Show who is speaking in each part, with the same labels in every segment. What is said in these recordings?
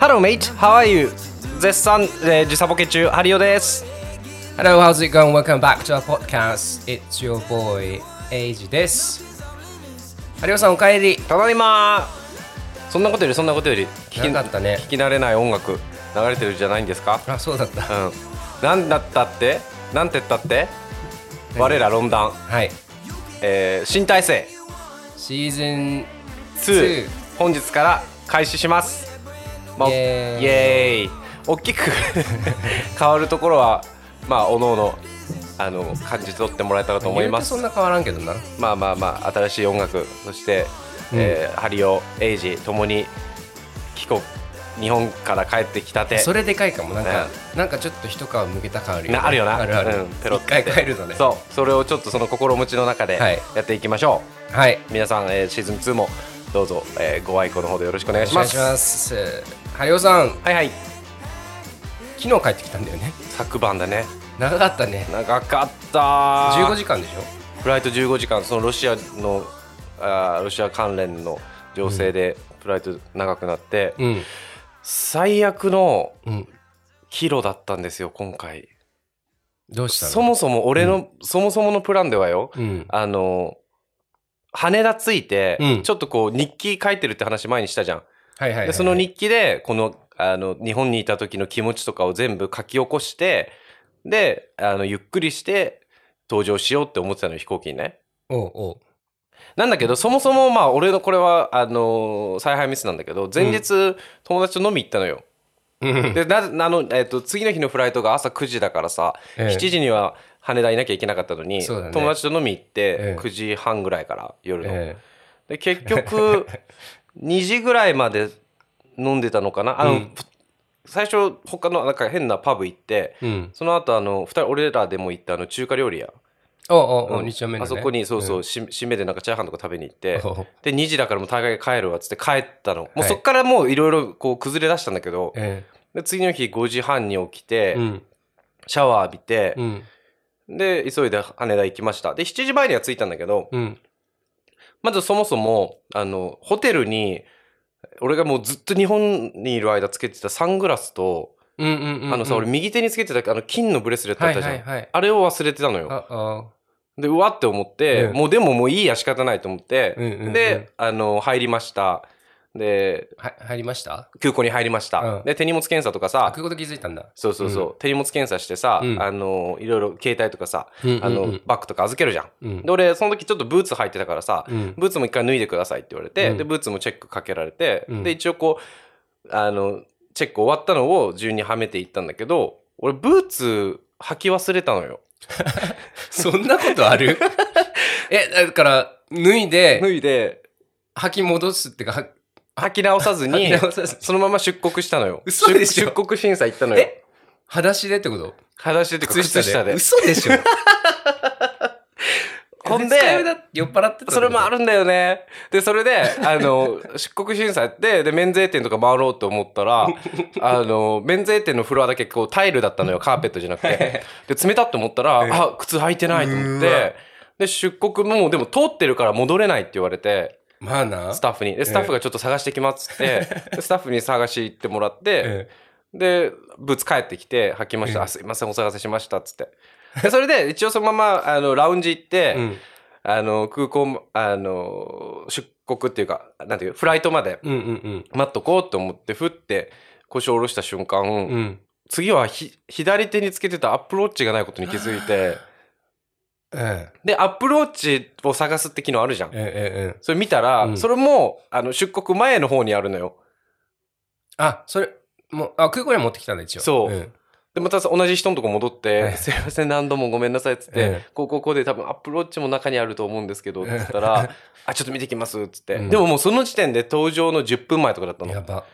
Speaker 1: Hello mate, how are you? 絶賛、えー時差ボケ中、ハリオです。
Speaker 2: Hello, how's it going? Welcome back to our podcast. It's your boy, Age です。有吉さん、おかえり。
Speaker 1: ただいまそんなことよりそんなことより聞
Speaker 2: なかったね
Speaker 1: 聞き慣れない音楽流れてるじゃないんですか
Speaker 2: あ、そうだった。
Speaker 1: うん。なんだったってなんてったって我ら論壇、
Speaker 2: はい。
Speaker 1: えー新体制
Speaker 2: シーズン
Speaker 1: 2本日から開始します、まあ、
Speaker 2: イ
Speaker 1: イ
Speaker 2: エーイ
Speaker 1: エーイ大きく 変わるところはまあおののあの感じ取ってもらえたらと思います
Speaker 2: 言うてそんな変わらんけどな。
Speaker 1: まあまあまあ新しい音楽そして、えーハリオエイジともに帰国日本から帰ってきたて
Speaker 2: それでかいかも。なんか
Speaker 1: ね、
Speaker 2: なんかちょっと一皮むけた感あるよね。
Speaker 1: なあるよな
Speaker 2: あるある
Speaker 1: うん、。ペロ
Speaker 2: 一
Speaker 1: ッ
Speaker 2: 回
Speaker 1: て
Speaker 2: 帰るのね。
Speaker 1: そうそれをちょっとその心持ちの中で
Speaker 2: はい
Speaker 1: やっていきましょう、
Speaker 2: はい。
Speaker 1: 皆さん、えーシーズン2もどうぞ、えーご愛顧のほどよろしくお願いし
Speaker 2: お願
Speaker 1: ま
Speaker 2: いし
Speaker 1: す
Speaker 2: ます。有吉さん、
Speaker 1: はいはい
Speaker 2: 昨日帰ってきたんだよね。
Speaker 1: 昨晩だね
Speaker 2: 長かったね。
Speaker 1: 長かった
Speaker 2: 15時間でしょ
Speaker 1: フライト15時間そのロシアのあーロシア関連の情勢でフライト長くなって、
Speaker 2: うん。
Speaker 1: 最悪の
Speaker 2: うん。
Speaker 1: キロだったんですよ今回
Speaker 2: どうしたの
Speaker 1: そもそも俺の、そもそものプランではよ
Speaker 2: うん。
Speaker 1: あの羽田着いて、
Speaker 2: うん
Speaker 1: ちょっとこう日記書いてるって話前にしたじゃん、
Speaker 2: はいはいはい。
Speaker 1: でその日記でこのあの日本にいた時の気持ちとかを全部書き起こしてであのゆっくりして登場しようって思ってたのよ飛行機にね
Speaker 2: おうおう。
Speaker 1: なんだけどそもそもまあ俺のこれはあの采配ミスなんだけど前日、友達と飲み行ったのよ
Speaker 2: うん
Speaker 1: でなあの、えっと次の日のフライトが朝9時だからさ、
Speaker 2: ええ
Speaker 1: 7時には羽田いなきゃいけなかったのに、
Speaker 2: そうだね
Speaker 1: 友達と飲み行って、
Speaker 2: ええ
Speaker 1: 9時半ぐらいから夜の、
Speaker 2: え
Speaker 1: で結 局2時ぐらいまで飲んでたのかなあの、
Speaker 2: うん
Speaker 1: 最初他のなんか変なパブ行って
Speaker 2: えうん。
Speaker 1: その後あの二人俺らでも行ったあの中華料理屋、
Speaker 2: おうおうお
Speaker 1: う
Speaker 2: うん二丁目の
Speaker 1: あそ
Speaker 2: ね
Speaker 1: こにそうそう、
Speaker 2: ん
Speaker 1: し締めでなんかチャーハンとか食べに行って
Speaker 2: おう
Speaker 1: で2時だからもう大概帰るわっつって帰ったの、もう
Speaker 2: はい
Speaker 1: そっからもういろいろこう崩れ出したんだけど、
Speaker 2: え
Speaker 1: で次の日5時半に起きて、
Speaker 2: えうん
Speaker 1: シャワー浴びて、
Speaker 2: うん
Speaker 1: で急いで羽田行きましたで7時前には着いたんだけど
Speaker 2: うん
Speaker 1: まずそもそもあのホテルに俺がもうずっと日本にいる間つけてたサングラスと、
Speaker 2: うんうんうん
Speaker 1: あのさ俺右手につけてたあの金のブレスレットあ
Speaker 2: は
Speaker 1: っ
Speaker 2: い
Speaker 1: たじゃん、
Speaker 2: はいはい
Speaker 1: あれを忘れてたのよ
Speaker 2: ああ
Speaker 1: でうわって思って、
Speaker 2: うん
Speaker 1: もうでももういいや仕方ないと思って、
Speaker 2: うんうんうん
Speaker 1: であの入りましたで
Speaker 2: は入りました
Speaker 1: 空港に入りました、
Speaker 2: うん
Speaker 1: で手荷物検査とかさ
Speaker 2: あ空港で気づいたんだ
Speaker 1: そうそうそう、手荷物検査してさ、
Speaker 2: うん
Speaker 1: あのいろいろ携帯とかさ、
Speaker 2: うんうんうん
Speaker 1: あのバッグとか預けるじゃん
Speaker 2: うん
Speaker 1: で俺その時ちょっとブーツ履いてたからさ、
Speaker 2: うん
Speaker 1: ブーツも一回脱いでくださいって言われて、
Speaker 2: うん
Speaker 1: でブーツもチェックかけられて、
Speaker 2: うん
Speaker 1: で一応こうあのチェック終わったのを順にはめていったんだけど俺ブーツ履き忘れたのよ
Speaker 2: そんなこと あるえだから脱いで
Speaker 1: 脱いで
Speaker 2: 履き戻すってかは
Speaker 1: 履き直さずに
Speaker 2: 履き直さず
Speaker 1: そのまま出国したのよ
Speaker 2: 嘘でしょ
Speaker 1: 出出国審査行ったのよ
Speaker 2: え裸足でってこと
Speaker 1: 裸足で靴下で
Speaker 2: 嘘 でしょ
Speaker 1: ほんで
Speaker 2: 二日酔いだ酔っ払ってたってこと
Speaker 1: それもあるんだよねでそれであ の出国審査やってで免税店とか回ろうと思った らあの免税店のフロアだけこうタイルだったのよカーペットじゃなくて で冷たって思ったら、あ靴履いてないと思っ
Speaker 2: うーわ
Speaker 1: てで出国もうでも通ってるから戻れないって言われて
Speaker 2: まあな
Speaker 1: スタッフにでスタッフがちょっと探してきますっつっ て、でスタッフに探し行ってもらって、
Speaker 2: え
Speaker 1: でブーツ帰ってきて履きました「
Speaker 2: うん
Speaker 1: あすいませんお探せしました」っつってでそれで一応そのままあのラウンジ行って、
Speaker 2: えうん
Speaker 1: あの空港もあの出国っていうかなんていうフライトまで
Speaker 2: うんうん
Speaker 1: 待っとこうと思ってふって腰を下ろした瞬間、
Speaker 2: うんうん
Speaker 1: 次はひ左手につけてたアップローチがないことに気づいて
Speaker 2: え
Speaker 1: でアップローチを探すって機能あるじゃ
Speaker 2: え
Speaker 1: ん
Speaker 2: え。えええ
Speaker 1: それ見たら、
Speaker 2: うん
Speaker 1: それもあの出国前の方にあるのよ。
Speaker 2: あそれもうあ空港には持ってきたんだ一応
Speaker 1: そうんでまたさ同じ人のとこ戻って「
Speaker 2: ええ
Speaker 1: すいません何度もごめんなさい」っつって「
Speaker 2: ええ
Speaker 1: こうこうこうで多分アップローチも中にあると思うんですけど」っつったら「あちょっと見てきます」っつって、
Speaker 2: うん
Speaker 1: でももうその時点で登場の10分前とかだったの
Speaker 2: や。ば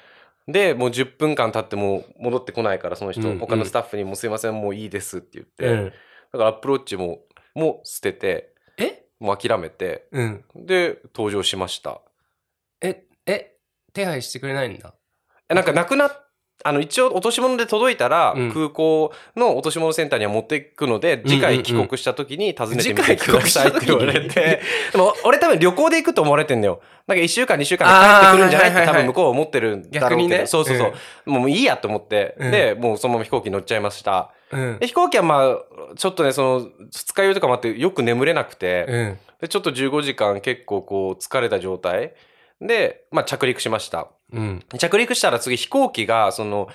Speaker 1: でもう10分間経ってもう戻ってこないからその人、
Speaker 2: うん
Speaker 1: 他のスタッフに「もうすいませんもういいです」って言って、
Speaker 2: うん
Speaker 1: だからアップローチももう捨てて
Speaker 2: え
Speaker 1: もう諦めて
Speaker 2: うん
Speaker 1: で登場しました
Speaker 2: ええ手配してくれないんだ
Speaker 1: えなんかなくなっあの、一応落とし物で届いたら、
Speaker 2: うん
Speaker 1: 空港の落とし物センターには持っていくので、次回帰国した時に訪ねてみてくださいって言われ
Speaker 2: 次回帰国した時に
Speaker 1: て。 でも、俺多分旅行で行くと思われてんだよ。なんか一週間、二週間で帰ってくるんじゃないっ
Speaker 2: あ
Speaker 1: て
Speaker 2: ー
Speaker 1: 多分向こうは思ってるんだろう
Speaker 2: 逆に
Speaker 1: けど。
Speaker 2: ね
Speaker 1: そうそうそう。もういいやと思って、
Speaker 2: うん
Speaker 1: で、もうそのまま飛行機に乗っちゃいました。
Speaker 2: うん
Speaker 1: で飛行機はまあ、ちょっとね、その、二日酔いとかもあってよく眠れなくて、
Speaker 2: うん
Speaker 1: でちょっと15時間結構こう疲れた状態で、まあ、着陸しました
Speaker 2: うん
Speaker 1: 着陸したら次飛行機がその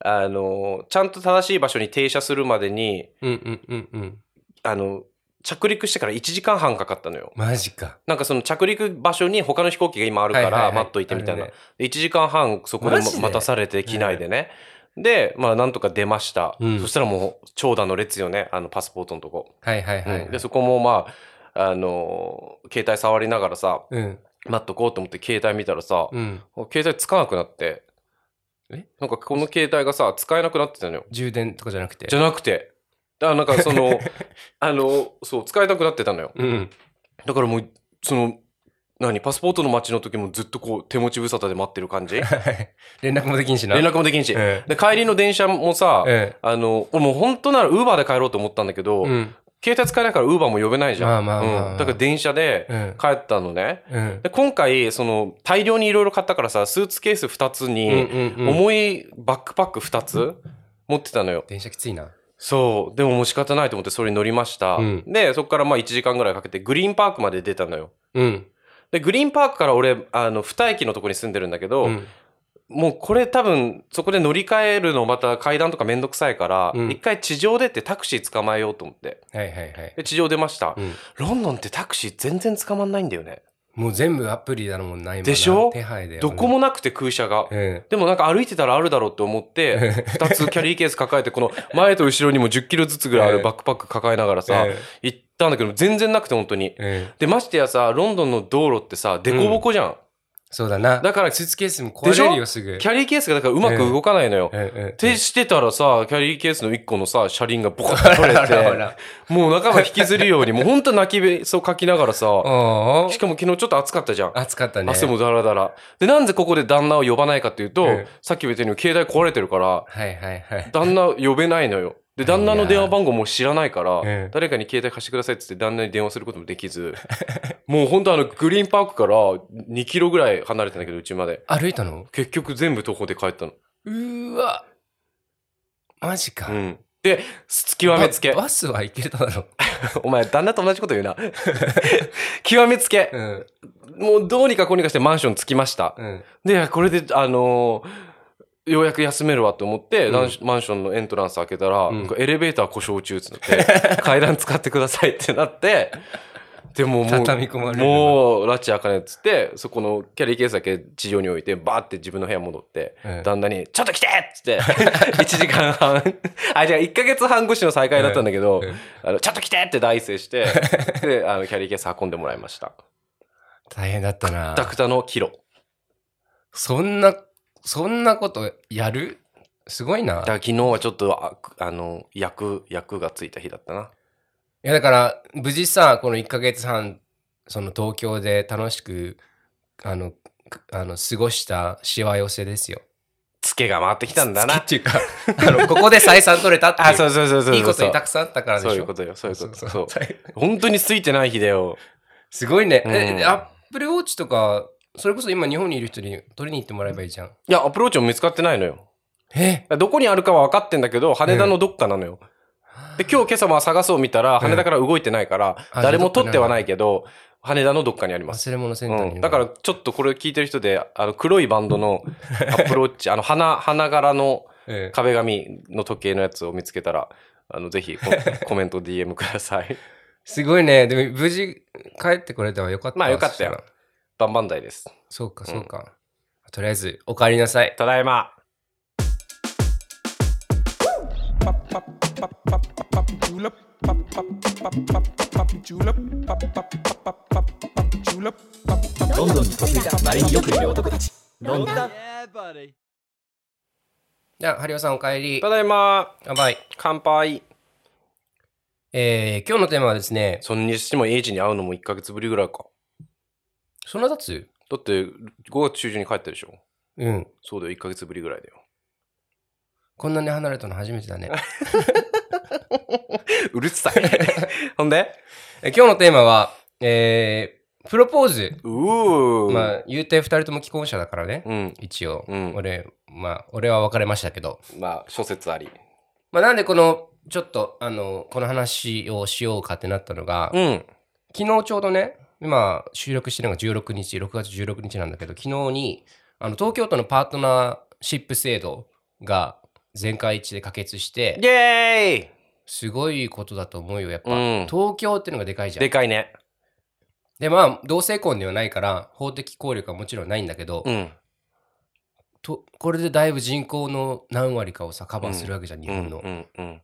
Speaker 1: あのちゃんと正しい場所に停車するまでに
Speaker 2: うんうんうんうん
Speaker 1: あの着陸してから1時間半かかったのよ
Speaker 2: マジか
Speaker 1: なんかその着陸場所に他の飛行機が今あるか
Speaker 2: はいはい
Speaker 1: ら
Speaker 2: はい
Speaker 1: 待っといてみたいな、
Speaker 2: あるね
Speaker 1: で1時間半そこで
Speaker 2: マジで
Speaker 1: 待たされて機内でね、でまあなんとか出ました、
Speaker 2: うん
Speaker 1: そしたらもう長蛇の列よねあのパスポートのとこ、
Speaker 2: はいはいはい
Speaker 1: うんでそこもまああの携帯触りながらさ、
Speaker 2: うん
Speaker 1: 待っとこうと思って携帯見たらさ、
Speaker 2: うん
Speaker 1: 携帯つかなくなって。
Speaker 2: え
Speaker 1: なんかこの携帯がさ、使えなくなってたのよ。
Speaker 2: 充電とかじゃなくて
Speaker 1: じゃなくて。あなんかその、 あの、そう、使えなくなってたのよ。
Speaker 2: うん
Speaker 1: だからもう、その、何、パスポートの待ちの時もずっとこう、手持ち無沙汰で待ってる感じ連
Speaker 2: はい 連絡もできんしな
Speaker 1: 絡もできんし。
Speaker 2: うん
Speaker 1: で、帰りの電車もさ、
Speaker 2: うん
Speaker 1: あの、俺もう本当ならウーバーで帰ろうと思ったんだけど、
Speaker 2: うん
Speaker 1: 携帯使えないからウーバーも呼べないじゃん。
Speaker 2: まあまあまあまあ
Speaker 1: うんだから電車
Speaker 2: う
Speaker 1: で
Speaker 2: ん
Speaker 1: 帰ったのね。
Speaker 2: うん
Speaker 1: で今回その大量にいろいろ買ったからさスーツケース2つ
Speaker 2: うん
Speaker 1: に
Speaker 2: うんうん
Speaker 1: 重いバックパック2つ持ってたのよ、
Speaker 2: 電車きついな
Speaker 1: そうでももう仕方ないと思ってそれに乗りました、
Speaker 2: うん
Speaker 1: でそこからまあ1時間ぐらいかけてグリーンパークまで出たのよ
Speaker 2: うん
Speaker 1: でグリーンパークから俺あの二駅のとこに住んでるんだけど、
Speaker 2: うん
Speaker 1: もうこれ多分そこで乗り換えるのまた階段とかめんどくさいから一、
Speaker 2: うん
Speaker 1: 回地上出てタクシー捕まえようと思って
Speaker 2: はいはいはい
Speaker 1: で地上出ました、
Speaker 2: うん
Speaker 1: ロンドンってタクシー全然捕まんないんだよね
Speaker 2: もう全部アプリだのもんないもんな
Speaker 1: でしょ
Speaker 2: 手配で
Speaker 1: どこもなくて空車が、
Speaker 2: うん
Speaker 1: でもなんか歩いてたらあるだろうって思 って、二つキャリーケース抱えて、この前と後ろにも10キロずつぐらいあるバックパック抱えながらさ
Speaker 2: え、
Speaker 1: 行ったんだけど、全然なくて本当に。
Speaker 2: うん
Speaker 1: で、ましてやさ、ロンドンの道路ってさ、デコボコじゃん。
Speaker 2: そうだな
Speaker 1: だから
Speaker 2: スーツケースも壊れる
Speaker 1: でしょ
Speaker 2: よすぐ
Speaker 1: キャリーケースがだからうまく動かないのよ。
Speaker 2: うんうん
Speaker 1: ってしてたらさ、キャリーケースの一個のさ、車輪がボコッと取れ
Speaker 2: あらあら
Speaker 1: て、もう仲間引きずるように、もうほんと泣きべそかきながらさ、
Speaker 2: お
Speaker 1: し
Speaker 2: ー
Speaker 1: かも昨日ちょっと暑かったじゃん。
Speaker 2: 暑かったね
Speaker 1: 汗もだらだら。で、なんでここで旦那を呼ばないかっていうと、
Speaker 2: うん
Speaker 1: さっきも言ったように携帯壊れてるから、
Speaker 2: はいはいはい
Speaker 1: 旦那呼べないのよ。で、旦那の電話番号も知らないから
Speaker 2: ええ、
Speaker 1: 誰かに携帯貸してくださいって言って旦那に電話することもできず、もう本当あの、グリーンパークから2キロぐらい離れてんだけど、うちまで。
Speaker 2: 歩いたの
Speaker 1: 結局全部徒歩で帰ったの。
Speaker 2: うーわマジか
Speaker 1: うん。で、極めつけ
Speaker 2: バ。バスは行けただろ
Speaker 1: お前、旦那と同じこと言うな。 極めつけ。
Speaker 2: うん
Speaker 1: もうどうにかこうにかしてマンション着きました。
Speaker 2: うん
Speaker 1: で、これで、あのーようやく休めるわと思って、
Speaker 2: うん
Speaker 1: マンシマンションのエントランス開けたら、
Speaker 2: うん
Speaker 1: なんかエレベーター故障中っつって 階段使ってくださいってなって、でもも
Speaker 2: 畳み込ま
Speaker 1: う、
Speaker 2: れる
Speaker 1: もう、拉致開かねえっつって、そこのキャリーケースだけ地上に置いて、バーって自分の部屋戻って、
Speaker 2: うん
Speaker 1: 旦那に、ちょっと来てっつって、1時 間半、あ、じゃあ1ヶ月半越しの再会だったんだけど、
Speaker 2: うんうん
Speaker 1: あのちょっと来てって大声 して、で、あの、キャリーケース運んでもらいました。
Speaker 2: 大変だったな
Speaker 1: くたくたのキロ。
Speaker 2: そんなそんなことやるすごいな
Speaker 1: だから昨日はちょっとあくあの役役がついた日だったない
Speaker 2: やだから無事さこの1ヶ月半その東京で楽しくあのくあの過ごしたしわ寄せですよ。
Speaker 1: ツケが回ってきたんだな
Speaker 2: 好きっていうかあのここで採算取れたっていう
Speaker 1: あそうそうそうそうそう
Speaker 2: いいことにた
Speaker 1: た
Speaker 2: くさんあったからでしょ。
Speaker 1: そういうことよそういうことそう
Speaker 2: そうそう
Speaker 1: 本当についてない日だよ
Speaker 2: すごいね。
Speaker 1: うん
Speaker 2: えアップルウォッチとかそれこそ今日本にいる人に取りに行ってもらえばいいじゃん。
Speaker 1: いやアプローチも見つかってないのよ
Speaker 2: え
Speaker 1: どこにあるかは分かってんだけど羽田のどっかなのよ、で今日今朝も探そう見たら
Speaker 2: うん
Speaker 1: 羽田から動いてないから、
Speaker 2: あ
Speaker 1: 誰も取ってはないけど羽田のどっかにあります
Speaker 2: 忘れ物センターに、
Speaker 1: うん、だからちょっとこれ聞いてる人であの黒いバンドのアプローチあの花花柄の
Speaker 2: ええ、
Speaker 1: 壁紙の時計のやつを見つけたらあのぜひココメント DM ください
Speaker 2: すごいね。でも無事帰ってこれたはよかったわ。
Speaker 1: まあよかったよ
Speaker 2: そしたら。
Speaker 1: バンバンダイです
Speaker 2: そうかそうか。とりあえずお帰りなさい。
Speaker 1: ただいま
Speaker 3: ロンドンに嫁いだまれによくいる男たちロンドン
Speaker 2: じゃあハリオさんお帰り
Speaker 1: た。だいま
Speaker 2: 乾杯。
Speaker 1: 乾杯
Speaker 2: えー、今日のテーマはですね、
Speaker 1: そんにしてもエイジに会うのも1ヶ月ぶりぐらいか
Speaker 2: そんな経つ
Speaker 1: だって5月中旬に帰ったでしょ
Speaker 2: うん。
Speaker 1: そうだよ1ヶ月ぶりぐらいだよ
Speaker 2: こんなに離れたの初めて だね。
Speaker 1: うるさい。 ほんで
Speaker 2: え今日のテーマは、えー、プロポーズ。
Speaker 1: うー。
Speaker 2: まあ、言うて二人とも既婚者だからね。
Speaker 1: うん。
Speaker 2: 一応、
Speaker 1: うん
Speaker 2: 俺、まあ、俺は別れましたけど。
Speaker 1: まあ、諸説あり。
Speaker 2: まあ、なんでこの、ちょっと、あの、この話をしようかってなったのが、
Speaker 1: うん。
Speaker 2: 昨日ちょうどね、今収録してるのが16日、6月16日なんだけど、昨日に、あの、東京都のパートナーシップ制度が全会一致で可決して、
Speaker 1: イェーイ
Speaker 2: すごいことだと思うよ、やっぱ。
Speaker 1: うん
Speaker 2: 東京ってのがでかいじゃ
Speaker 1: で
Speaker 2: ん。
Speaker 1: かいね。
Speaker 2: で、まあ、同性婚ではないから、法的効力はもちろんないんだけど、
Speaker 1: うん。
Speaker 2: とこれでだいぶ人口の何割かをさ、カバーするわけじゃん、日本の。
Speaker 1: うんうん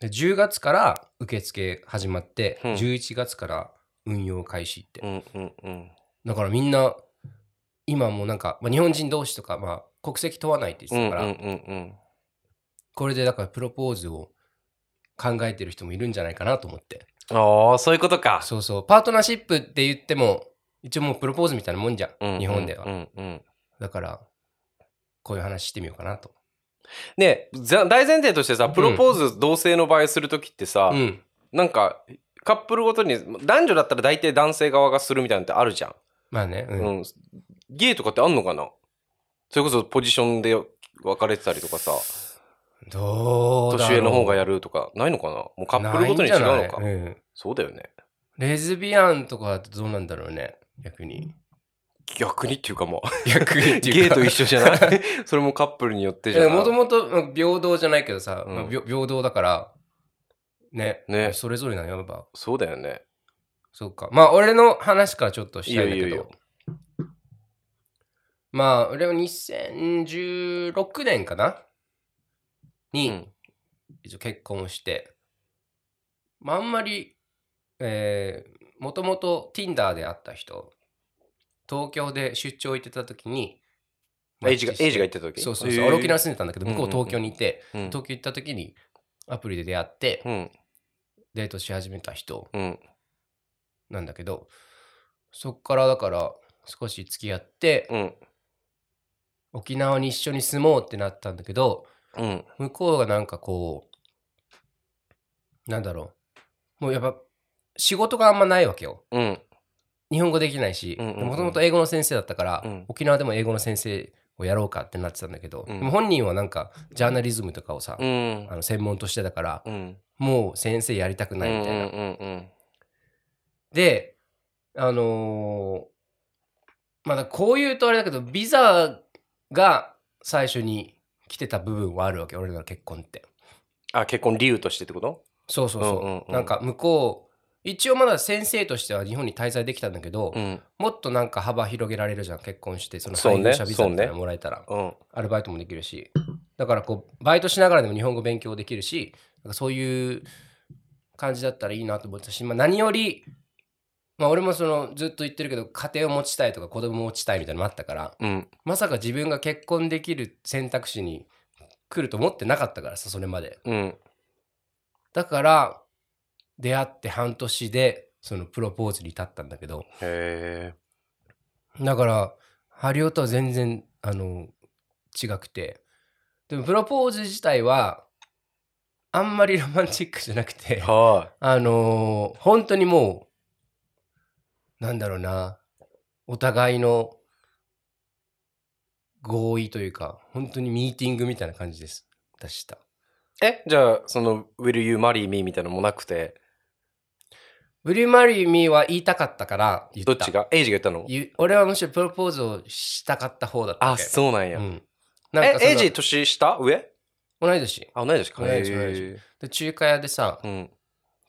Speaker 2: で10月から受付始まって、
Speaker 1: うん
Speaker 2: 11月から運用開始って
Speaker 1: う。んうんうん
Speaker 2: だからみんな今もうなんか、まあ、日本人同士とか、まあ、国籍問わないって
Speaker 1: うんう
Speaker 2: 言っ
Speaker 1: ん
Speaker 2: てたから、
Speaker 1: うん
Speaker 2: これでだからプロポーズを考えてる人もいるんじゃないかなと思って
Speaker 1: うんああそういうことか
Speaker 2: そうそうパートナーシップって言っても一応もうプロポーズみたいなもんじゃん、
Speaker 1: うんうん
Speaker 2: 日本では、
Speaker 1: うんうん
Speaker 2: だからこういう話してみようかなと
Speaker 1: ねざ大前提としてさプロポーズ同性の場合する時ってさ、
Speaker 2: うん
Speaker 1: なんかカップルごとに男女だったら大体男性側がするみたいなのってあるじゃん、
Speaker 2: まあねう、
Speaker 1: うんんゲイとかってあんのかなそれこそポジションで分かれてたりとかさ
Speaker 2: どうだろう
Speaker 1: 年上の方がやるとかないのかなもうカップルごとに違う
Speaker 2: ない
Speaker 1: の
Speaker 2: んじ
Speaker 1: か
Speaker 2: ゃないうん
Speaker 1: そうだよね
Speaker 2: レズビアンとかだとどうなんだろうね逆に
Speaker 1: 逆にっていうかもう
Speaker 2: 逆にってい
Speaker 1: ゲ
Speaker 2: う
Speaker 1: イ
Speaker 2: か
Speaker 1: と一緒じ ゃないそれもカップルによってじゃない
Speaker 2: もともと平等じゃないけどさ、
Speaker 1: うん
Speaker 2: まあ平平等だから、ね、
Speaker 1: ね
Speaker 2: それぞれなのよやっぱ。
Speaker 1: そうだよね
Speaker 2: そうか。まあ、俺の話からちょっとしたいんだけど。
Speaker 1: いいよいいよ
Speaker 2: まあ、俺は2016年かなに、
Speaker 1: うん
Speaker 2: 一応結婚をして、まあ、あんまり、えー、もともと Tinder で会った人、東京で出張行ってた時に、
Speaker 1: エイジがエイジが言ってた時
Speaker 2: そうそうそう。
Speaker 1: へー
Speaker 2: 俺沖縄住んでたんだけど、向こう
Speaker 1: うんうんうん
Speaker 2: 東京にいて、
Speaker 1: うん
Speaker 2: 東京行った時にアプリで出会って、
Speaker 1: うん
Speaker 2: デートし始めた人
Speaker 1: うん
Speaker 2: なんだけど、そっからだから少し付き合って、
Speaker 1: うん
Speaker 2: 沖縄に一緒に住もうってなったんだけど、
Speaker 1: うん
Speaker 2: 向こうがなんかこう、なんだろう。もうやっぱ仕事があんまないわけよ。
Speaker 1: うん
Speaker 2: 日本語できないし、
Speaker 1: うんうんうん
Speaker 2: もともと英語の先生だったから、
Speaker 1: うん
Speaker 2: 沖縄でも英語の先生をやろうかってなってたんだけど、
Speaker 1: うん
Speaker 2: でも本人はなんかジャーナリズムとかをさ、
Speaker 1: うん
Speaker 2: あの専門としてだから、
Speaker 1: うん
Speaker 2: もう先生やりたくないみたいな。
Speaker 1: うんうんうん
Speaker 2: で、あのーまあだからこう言うとあれだけど、ビザが最初に来てた部分はあるわけ、俺らの結婚って。
Speaker 1: あ結婚理由としてってこと
Speaker 2: そうそうそ
Speaker 1: う
Speaker 2: う。
Speaker 1: んうんうん
Speaker 2: なんか向こう、一応まだ先生としては日本に滞在できたんだけど、
Speaker 1: うん
Speaker 2: もっとなんか幅広げられるじゃん、結婚して、その
Speaker 1: そう
Speaker 2: 配
Speaker 1: ね
Speaker 2: 偶者ビザみたい
Speaker 1: そ
Speaker 2: な
Speaker 1: う
Speaker 2: のもらえたら、
Speaker 1: うん
Speaker 2: アルバイトもできるし、だからこう、バイトしながらでも日本語勉強できるし、なんかそういう感じだったらいいなと思ったし、まあ、何より、まあ、俺もそのずっと言ってるけど、家庭を持ちたいとか子供を持ちたいみたいなのもあったから、
Speaker 1: うん
Speaker 2: まさか自分が結婚できる選択肢に来ると思ってなかったからさ、それまで。
Speaker 1: うん
Speaker 2: だから、出会って半年で、そのプロポーズに至ったんだけど、
Speaker 1: へえ
Speaker 2: だから、ハリオとは全然、あの、違くて。でも、プロポーズ自体は、あんまりロマンチックじゃなくて、
Speaker 1: は
Speaker 2: あのー本当にもう、なんだろうな、お互いの合意というか、本当にミーティングみたいな感じです。出した。
Speaker 1: いえじゃあその「Will you marry me」みたいなのもなくて
Speaker 2: ブリューマリーミーは言いたかったから言った。
Speaker 1: どっちがエイジが言ったの
Speaker 2: 言う俺はむしろプロポーズをしたかった方だったわ
Speaker 1: あ
Speaker 2: け
Speaker 1: そうなんや、
Speaker 2: ん、なん
Speaker 1: え
Speaker 2: かその
Speaker 1: エイジ年下上
Speaker 2: 同い年
Speaker 1: あ同い年か
Speaker 2: 同い年
Speaker 1: へー
Speaker 2: で中華屋でさ
Speaker 1: うん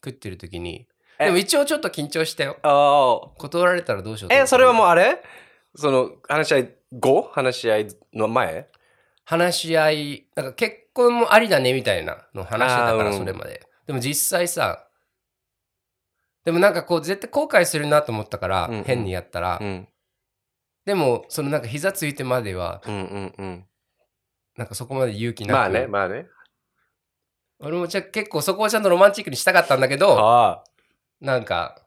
Speaker 2: 食ってる時に
Speaker 1: え
Speaker 2: でも一応ちょっと緊張したよ
Speaker 1: ああ
Speaker 2: 断られたらどうしようと思
Speaker 1: え
Speaker 2: って
Speaker 1: それはもうあれその話し合い後話し合いの前
Speaker 2: 話し合いなんか結婚もありだねみたいなのを話してたか
Speaker 1: あーう
Speaker 2: ら
Speaker 1: ん
Speaker 2: それまで、でも実際さでもなんかこう絶対後悔するなと思ったから、
Speaker 1: うんうん
Speaker 2: 変にやったら、
Speaker 1: ん
Speaker 2: でもそのなんか膝ついてまでは
Speaker 1: うんうんうん
Speaker 2: なんかそこまで勇気なく、
Speaker 1: まあねまあね
Speaker 2: 俺もじゃ結構そこをちゃんとロマンチックにしたかったんだけど
Speaker 1: あ
Speaker 2: なんか、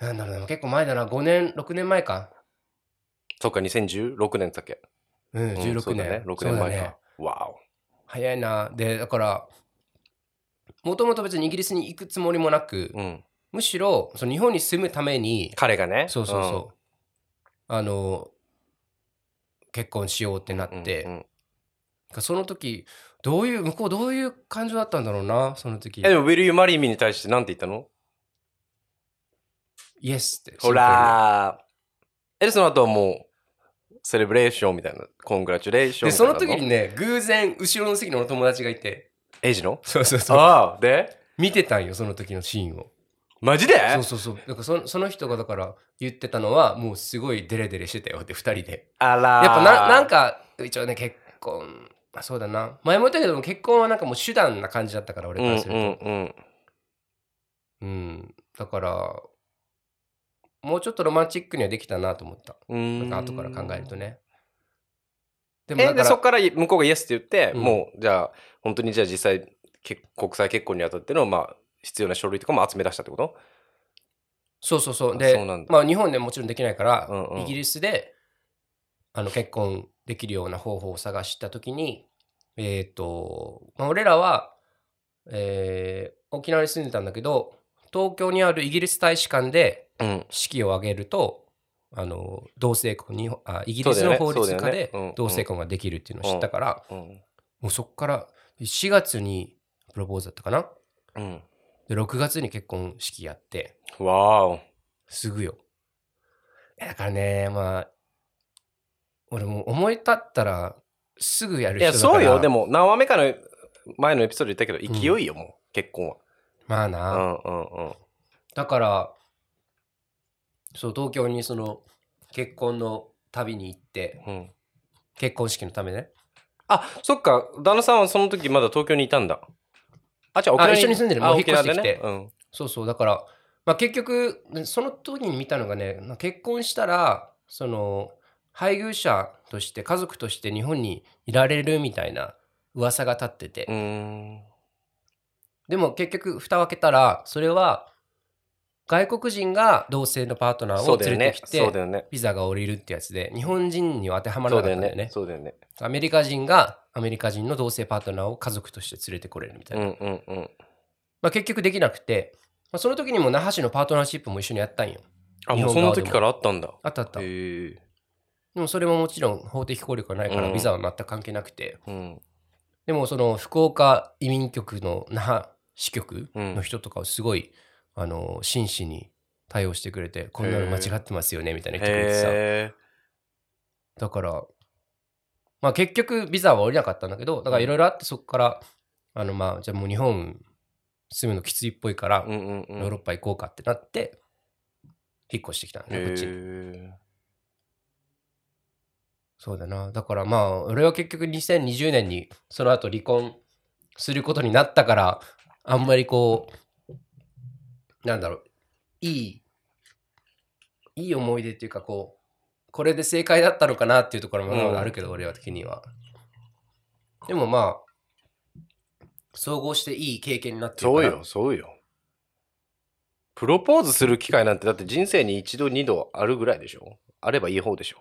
Speaker 2: なんだろうな、結構前だな、5年、6年前か。
Speaker 1: そっか2016年だっけ
Speaker 2: うん、
Speaker 1: うんそ
Speaker 2: 16
Speaker 1: うだ
Speaker 2: 年。
Speaker 1: ね6年
Speaker 2: そうだ
Speaker 1: 前
Speaker 2: ね
Speaker 1: かわお
Speaker 2: 早いな。で、だから、もともと別にイギリスに行くつもりもなく、
Speaker 1: うん。
Speaker 2: むしろその日本に住むために、
Speaker 1: 彼がね。
Speaker 2: そうそうそう、あの、結婚しようってな
Speaker 1: うん。
Speaker 2: って、
Speaker 1: うんうん
Speaker 2: その時、どういう、向こうどういう感情だったんだろうな、その時
Speaker 1: え、。でも、Will You Marry Me に対してなんて言ったの
Speaker 2: イエスって。
Speaker 1: ほらー。え、その後はもう、セレブレーションみたいな、コングラチュレーションみ
Speaker 2: で、そ
Speaker 1: たいな。
Speaker 2: の時に、ね、偶然、後ろの席の友達がいて、
Speaker 1: エイジの
Speaker 2: そうそうそう。
Speaker 1: ああ、で
Speaker 2: 見てたんよ、その時のシーンを。
Speaker 1: マジで
Speaker 2: そうそうそう。だからそ、その人がだから言ってたのは、もうすごいデレデレしてたよって、二人で。
Speaker 1: あらー
Speaker 2: やっぱな、なん、か、一応ね、結婚、あそうだな。前も言ったけども、結婚はなんかもう手段な感じだったから、俺
Speaker 1: うんうん
Speaker 2: からすると。
Speaker 1: うん。
Speaker 2: うん、だから、もうちょっとロマンチックにはできたなと思った。
Speaker 1: うー
Speaker 2: なん
Speaker 1: ん
Speaker 2: か後から考えると。ね。で
Speaker 1: え、
Speaker 2: だか
Speaker 1: で、
Speaker 2: ら
Speaker 1: そっから向こうがイエスって言って、
Speaker 2: うん
Speaker 1: もう、じゃあ、本当にじゃあ実際、け国際結婚にあたっての、まあ、必要な書類とかも集め出したってこと
Speaker 2: そうそうそう。
Speaker 1: あそう
Speaker 2: で
Speaker 1: なん、だ
Speaker 2: まあ日本でもちろんできないから、
Speaker 1: うんうん
Speaker 2: イギリスであの結婚できるような方法を探したときに、えっ、と、まあ、俺らは、えー沖縄に住んでたんだけど、東京にあるイギリス大使館で
Speaker 1: うん。
Speaker 2: 式を挙げると、あの同性婚にあ、イギ
Speaker 1: そ
Speaker 2: リ
Speaker 1: うだ
Speaker 2: ス
Speaker 1: よね
Speaker 2: の法律
Speaker 1: そう
Speaker 2: 下
Speaker 1: だよね
Speaker 2: で
Speaker 1: うんうん
Speaker 2: 同性婚ができるっていうのを知ったから、
Speaker 1: うん。
Speaker 2: もうそこから4月にプロポーズだったかな。
Speaker 1: うん。
Speaker 2: で、6月に結婚式やって、
Speaker 1: わーお。
Speaker 2: すぐよ。いやだからね、まあ、俺もう思い立ったらすぐやる
Speaker 1: い
Speaker 2: 人だ
Speaker 1: や、
Speaker 2: から。
Speaker 1: そうよ。で。も、何話目かの前のエピソードで言ったけど、
Speaker 2: ん
Speaker 1: 勢いよ、もう、結婚は。
Speaker 2: まあ
Speaker 1: う
Speaker 2: な。
Speaker 1: んうんうん。
Speaker 2: だから、そう、東京にその、結婚の旅に行って、
Speaker 1: うん、
Speaker 2: 結婚式のためね。
Speaker 1: あ、そっか。旦那さんはその時まだ東京にいたんだ。あ、じゃあ沖縄
Speaker 2: あ一緒に住んでる
Speaker 1: あ
Speaker 2: もう引っ越してき
Speaker 1: 沖
Speaker 2: て
Speaker 1: 縄でねうん
Speaker 2: そうそう、だから、まあ結局、ねその時に見たのがね、まあ結婚したら、その、配偶者として、家族として日本にいられるみたいな噂が立ってて、
Speaker 1: うーん。
Speaker 2: でも結局蓋を開けたらそれは外国人が同性のパートナー
Speaker 1: そ
Speaker 2: を
Speaker 1: うだよ
Speaker 2: 連れ
Speaker 1: ね
Speaker 2: て。きて、
Speaker 1: そうだよね。
Speaker 2: ビザが降りるってやつで日本人には当てはま
Speaker 1: そ
Speaker 2: らな
Speaker 1: うだ
Speaker 2: かった
Speaker 1: よ
Speaker 2: んだよ
Speaker 1: ね
Speaker 2: ね。
Speaker 1: そうだよね。
Speaker 2: アメリカ人がアメリカ人の同性パートナーを家族として連れてこれるみたいうな、
Speaker 1: んうんうん。
Speaker 2: まあ、結局できなくて、まあ、その時にも那覇市のパートナーシップも一緒にやったんよ
Speaker 1: あ、
Speaker 2: 日
Speaker 1: もう
Speaker 2: 本
Speaker 1: その
Speaker 2: 側でも
Speaker 1: 時からあったんだ。
Speaker 2: あったあったで
Speaker 1: へえ。
Speaker 2: もそれももちろん法的効力がないから
Speaker 1: うん
Speaker 2: ビザは全く関係なくて、
Speaker 1: うん。
Speaker 2: でもその福岡移民局の那覇支局
Speaker 1: うん
Speaker 2: の人とかをすごい、あの真摯に対応してくれてこんなの間違ってますよねみたいな言ってくれてさ
Speaker 1: へえ。
Speaker 2: だから、まあ、結局ビザは降りなかったんだけどだからいろいろあってそこからあのまあじゃあもう日本住むのきついっぽいから、
Speaker 1: うんうんうん。
Speaker 2: ヨーロッパ行こうかってなって引っ越してきたんだねこっちに
Speaker 1: へ
Speaker 2: そうだなだからまあ俺は結局2020年にその後離婚することになったからあんまりこうなんだろういいいい思い出っていうかこうこれで正解だったのかなっていうところもまだまだあるけど、俺は的にはでもまあ総合していい経験になっ
Speaker 1: ー
Speaker 2: てるか
Speaker 1: そ
Speaker 2: ら
Speaker 1: うよ、そうよ。プロポーズする機会なんて、だって人生に一度二度あるぐらいでしょあればいい方でしょ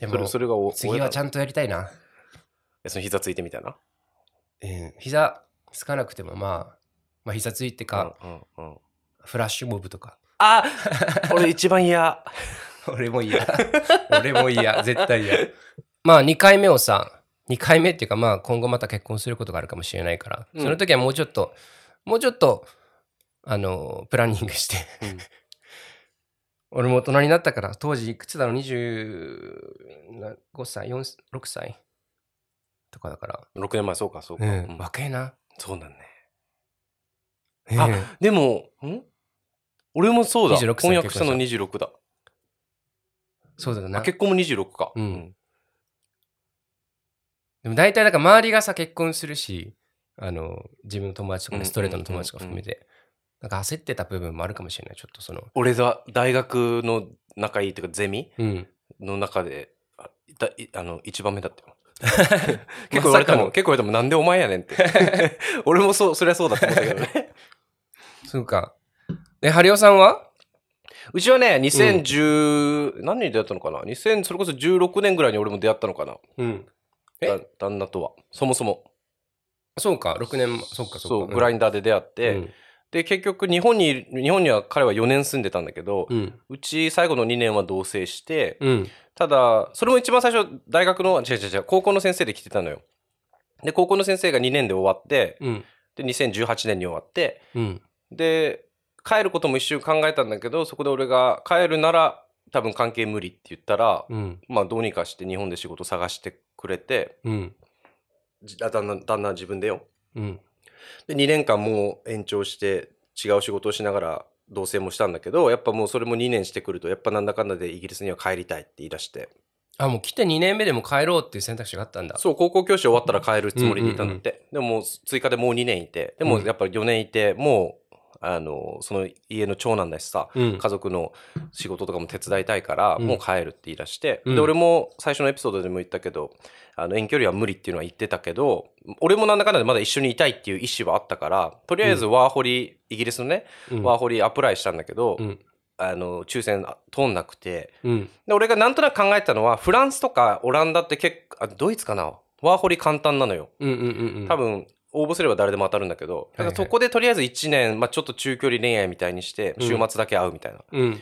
Speaker 2: で
Speaker 1: それ
Speaker 2: も
Speaker 1: それがお
Speaker 2: 次はちゃ
Speaker 1: ん
Speaker 2: んとやりたいな、
Speaker 1: その膝ついてみたいな。
Speaker 2: うん、膝つかなくてもまあまあ膝ついてか、
Speaker 1: うんうんうん。
Speaker 2: フラッシュモブとか
Speaker 1: あ俺一番嫌。
Speaker 2: 俺も嫌。俺も嫌。絶対嫌。まあ、2回目をさ、2回目っていうか、まあ、今後また結婚することがあるかもしれないから、
Speaker 1: うん
Speaker 2: その時はもうちょっと、もうちょっと、あの、プランニングして。
Speaker 1: うん
Speaker 2: 俺も大人になったから、当時いくつだろう、25歳、4 6歳とかだから。
Speaker 1: 6年前、そうか、そうか。
Speaker 2: う、
Speaker 1: うんん
Speaker 2: 若えな。
Speaker 1: そうなんね。
Speaker 2: あ、
Speaker 1: でも、ん俺もそうだ。
Speaker 2: 26歳
Speaker 1: 婚約したの26だ。
Speaker 2: そうだな。
Speaker 1: あ
Speaker 2: で
Speaker 1: 結婚も26か。
Speaker 2: うんも大体、だから周りがさ、結婚するし、あの、自分の友達とかね、ストレートの友達とか含めて、なんか焦ってた部分もあるかもしれない、ちょっとその、
Speaker 1: 俺が大学の仲いいというか、ゼミ
Speaker 2: うん。
Speaker 1: の中で、あだいあの、一番目だった よ。結構言われたもん。
Speaker 2: まさかの
Speaker 1: 結構言われたもん。なんでお前やねん って。俺もそう、そりゃそうだと思ったけどね。
Speaker 2: そうか。え、ハリオさんは
Speaker 1: うちはね、2010、何年に出会ったのかな ?2000、それこそ16年ぐらいに俺も出会ったのかな
Speaker 2: うん。え
Speaker 1: だ旦那とは。そもそも。
Speaker 2: そうか、6年、そうか、
Speaker 1: そ
Speaker 2: そう
Speaker 1: う
Speaker 2: か。
Speaker 1: グラ
Speaker 2: イ
Speaker 1: インダーで出会って、で結局日本にいる日本には彼は4年住んでたんだけど、
Speaker 2: うん。うん。
Speaker 1: うち最後の2年は同棲して、
Speaker 2: うん。
Speaker 1: ただそれも一番最初大学の違う違う違う高校の先生で来てたのよで高校の先生が2年で終わって
Speaker 2: うん。
Speaker 1: で2018年に終わって
Speaker 2: うん。
Speaker 1: で帰ることも一瞬考えたんだけどそこで俺が帰るなら多分関係無理って言ったら、
Speaker 2: うん。
Speaker 1: まあどうにかして日本で仕事探してくれて
Speaker 2: うん。
Speaker 1: じあ旦那旦那は自分でよ
Speaker 2: うん。
Speaker 1: で2年間もう延長して違う仕事をしながら同棲もしたんだけどやっぱもうそれも2年してくるとやっぱなんだかんだでイギリスには帰りたいって言い出して
Speaker 2: あ、もう来て2年目でも帰ろうっていう選択肢があったんだ。
Speaker 1: そう高校教師終わったら帰るつもりでいたんだって、でももう追加でもう2年いてでもやっぱり4年いてもうあのその家の長男だしさ
Speaker 2: うん。
Speaker 1: 家族の仕事とかも手伝いたいから、
Speaker 2: うん
Speaker 1: もう帰るって言い出して、
Speaker 2: うん
Speaker 1: で俺も最初のエピソードでも言ったけどあの遠距離は無理っていうのは言ってたけど俺もなんだかんだでまだ一緒にいたいっていう意思はあったからとりあえずワーホリイギリスのね、
Speaker 2: うん
Speaker 1: ワーホリアプライしたんだけど、
Speaker 2: うん
Speaker 1: あの抽選あ通んなくて
Speaker 2: うん。
Speaker 1: で俺がなんとなく考えてたのはフランスとかオランダって結構あドイツかなワーホリ簡単なのよ
Speaker 2: うん。うん。うん。うん
Speaker 1: 多。分応募すれば誰でも当たるんだけどだからそこでとりあえず1年、まあ、ちょっと中距離恋愛みたいにして
Speaker 2: うん
Speaker 1: 週末だけ会うみたいな。
Speaker 2: うん。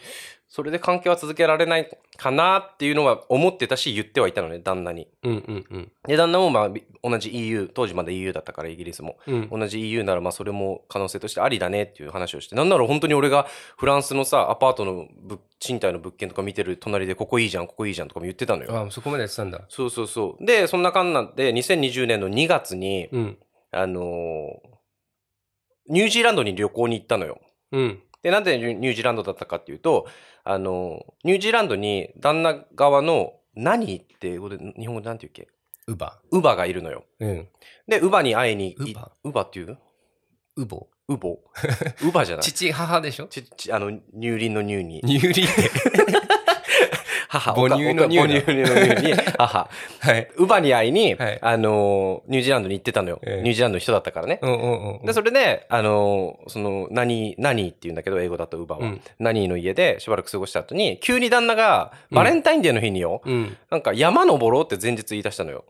Speaker 1: それで関係は続けられないかなっていうのは思ってたし言ってはいたのね旦那に。
Speaker 2: うん。うん。うん。
Speaker 1: で旦那もまあび同じ EU 当時まだ EU だったからイギリスも
Speaker 2: うん。
Speaker 1: 同じ EU ならまあそれも可能性としてありだねっていう話をしてなんなら本当に俺がフランスのさアパートの物賃貸の物件とか見てる隣でここいいじゃんここいいじゃんとかも言ってたのよ。
Speaker 2: あ、そこまでやってたんだ。
Speaker 1: そうそうそうでそんな感じなんで2020年の2月に、
Speaker 2: うん。
Speaker 1: あのーニュージーランドに旅行に行ったのよ。
Speaker 2: うん。
Speaker 1: で、なんでニュニュージーランドだったかっていうと、あの、ニュージーランドに旦那側の何って英語で、日本語でなんて言うっけ
Speaker 2: ウバ。
Speaker 1: ウバがいるのよ。
Speaker 2: うん。
Speaker 1: で、ウバに会いに、
Speaker 2: ウバ
Speaker 1: ウバっていう
Speaker 2: ウボ。
Speaker 1: ウ ボウバじゃない
Speaker 2: 父、母でしょ
Speaker 1: ちちあの、乳輪の乳に、
Speaker 2: 乳 輪で。
Speaker 1: 母、
Speaker 2: 母乳の乳
Speaker 1: お母母乳の乳に、母。
Speaker 2: はい。
Speaker 1: ウバに会いに、
Speaker 2: はい
Speaker 1: あの、ニュージーランドに行ってたのよ。
Speaker 2: ええ
Speaker 1: ニュージーランドの人だったからね。
Speaker 2: うんうんうん。
Speaker 1: で、それで、あの、その、何、何って言うんだけど、英語だとウバは。
Speaker 2: うん
Speaker 1: 何の家でしばらく過ごした後に、急に旦那が、バレンタインデーの日によ、
Speaker 2: うん。
Speaker 1: なんか山登ろうって前日言い出したのよ。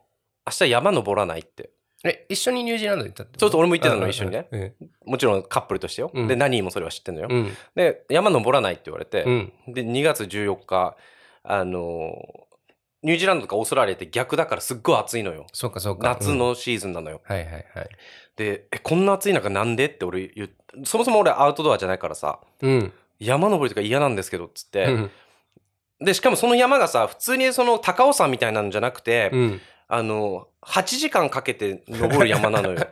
Speaker 1: 明日山登らないって。
Speaker 2: え、一緒にニュージーランド行ったって
Speaker 1: そうそう、俺も言ってたの、一緒にね。
Speaker 2: ね。
Speaker 1: もちろんカップルとしてよ。
Speaker 2: うん
Speaker 1: で、何もそれは知ってんのよ。
Speaker 2: うん。
Speaker 1: で、山登らないって言われ
Speaker 2: う
Speaker 1: て、
Speaker 2: ん。
Speaker 1: で、2月14日、あのーニュージーランドとかオーストラリアって逆だからすっごい暑いのよ。
Speaker 2: そうかそうか。
Speaker 1: 夏のシーズンなのよ。
Speaker 2: うん。はいはいはい。
Speaker 1: で、え、こんな暑い中なんでって俺言っそもそも俺アウトドアじゃないからさ、
Speaker 2: うん。
Speaker 1: 山登りとか嫌なんですけどっつっ
Speaker 2: う
Speaker 1: て、
Speaker 2: ん。
Speaker 1: で、しかもその山がさ、普通にその高尾山みたいなのじゃなくて、
Speaker 2: うん。
Speaker 1: あの、8時間かけて登る山なの よ。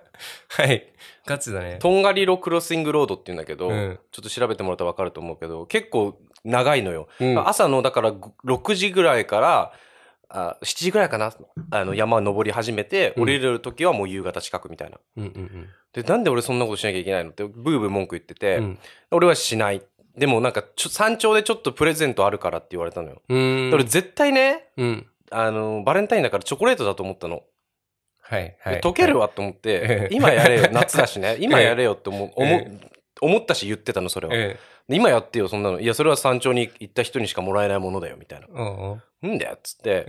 Speaker 2: はい。ガチだね。
Speaker 1: トンガリロクロスイングロードって言うんだけど、
Speaker 2: うん
Speaker 1: ちょっと調べてもらったら分かると思うけど結構長いのよ、
Speaker 2: うん
Speaker 1: 朝のだからぐ6時ぐらいからあ7時ぐらいかなあの山登り始めて
Speaker 2: うん
Speaker 1: 降りれる時はもう夕方近くみたいな、
Speaker 2: うんうん
Speaker 1: でなんで俺そんなことしなきゃいけないのってブーブー文句言ってて、
Speaker 2: うん。
Speaker 1: 俺はしないでもなんかちょ山頂でちょっとプレゼントあるからって言われたのよ、
Speaker 2: うん。
Speaker 1: で俺絶対ね
Speaker 2: うん。
Speaker 1: あのバレンタインだからチョコレートだと思ったの、
Speaker 2: はいはい。
Speaker 1: で溶けるわと思って
Speaker 2: え、え
Speaker 1: 今やれよ夏だし ね今やれよって思う思う
Speaker 2: え
Speaker 1: 思ったし言ってたのそれは、
Speaker 2: ええ。
Speaker 1: 今やってよそんなのいやそれは山頂に行った人にしかもらえないものだよみたいな
Speaker 2: うんうん。
Speaker 1: うんだよっつって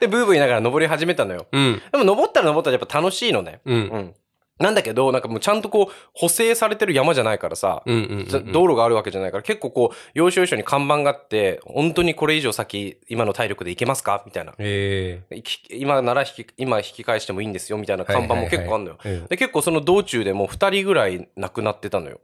Speaker 1: でブーブー言いながら登り始めたのよ
Speaker 2: うん。
Speaker 1: でも登ったら登ったらやっぱ楽しいのね
Speaker 2: うん。
Speaker 1: うんなんだけどなんかもうちゃんとこう補正されてる山じゃないからさ、
Speaker 2: うんうんうん
Speaker 1: じゃ道路があるわけじゃないから結構こう要所要所に看板があって本当にこれ以上先今の体力で行けますかみたいな
Speaker 2: え
Speaker 1: いき今なら引き今引き返してもいいんですよみたいな
Speaker 2: え。
Speaker 1: 看板も結構あんのよ、
Speaker 2: はいはいはい。
Speaker 1: で結構その道中でもう2人ぐらい亡くなってたのよ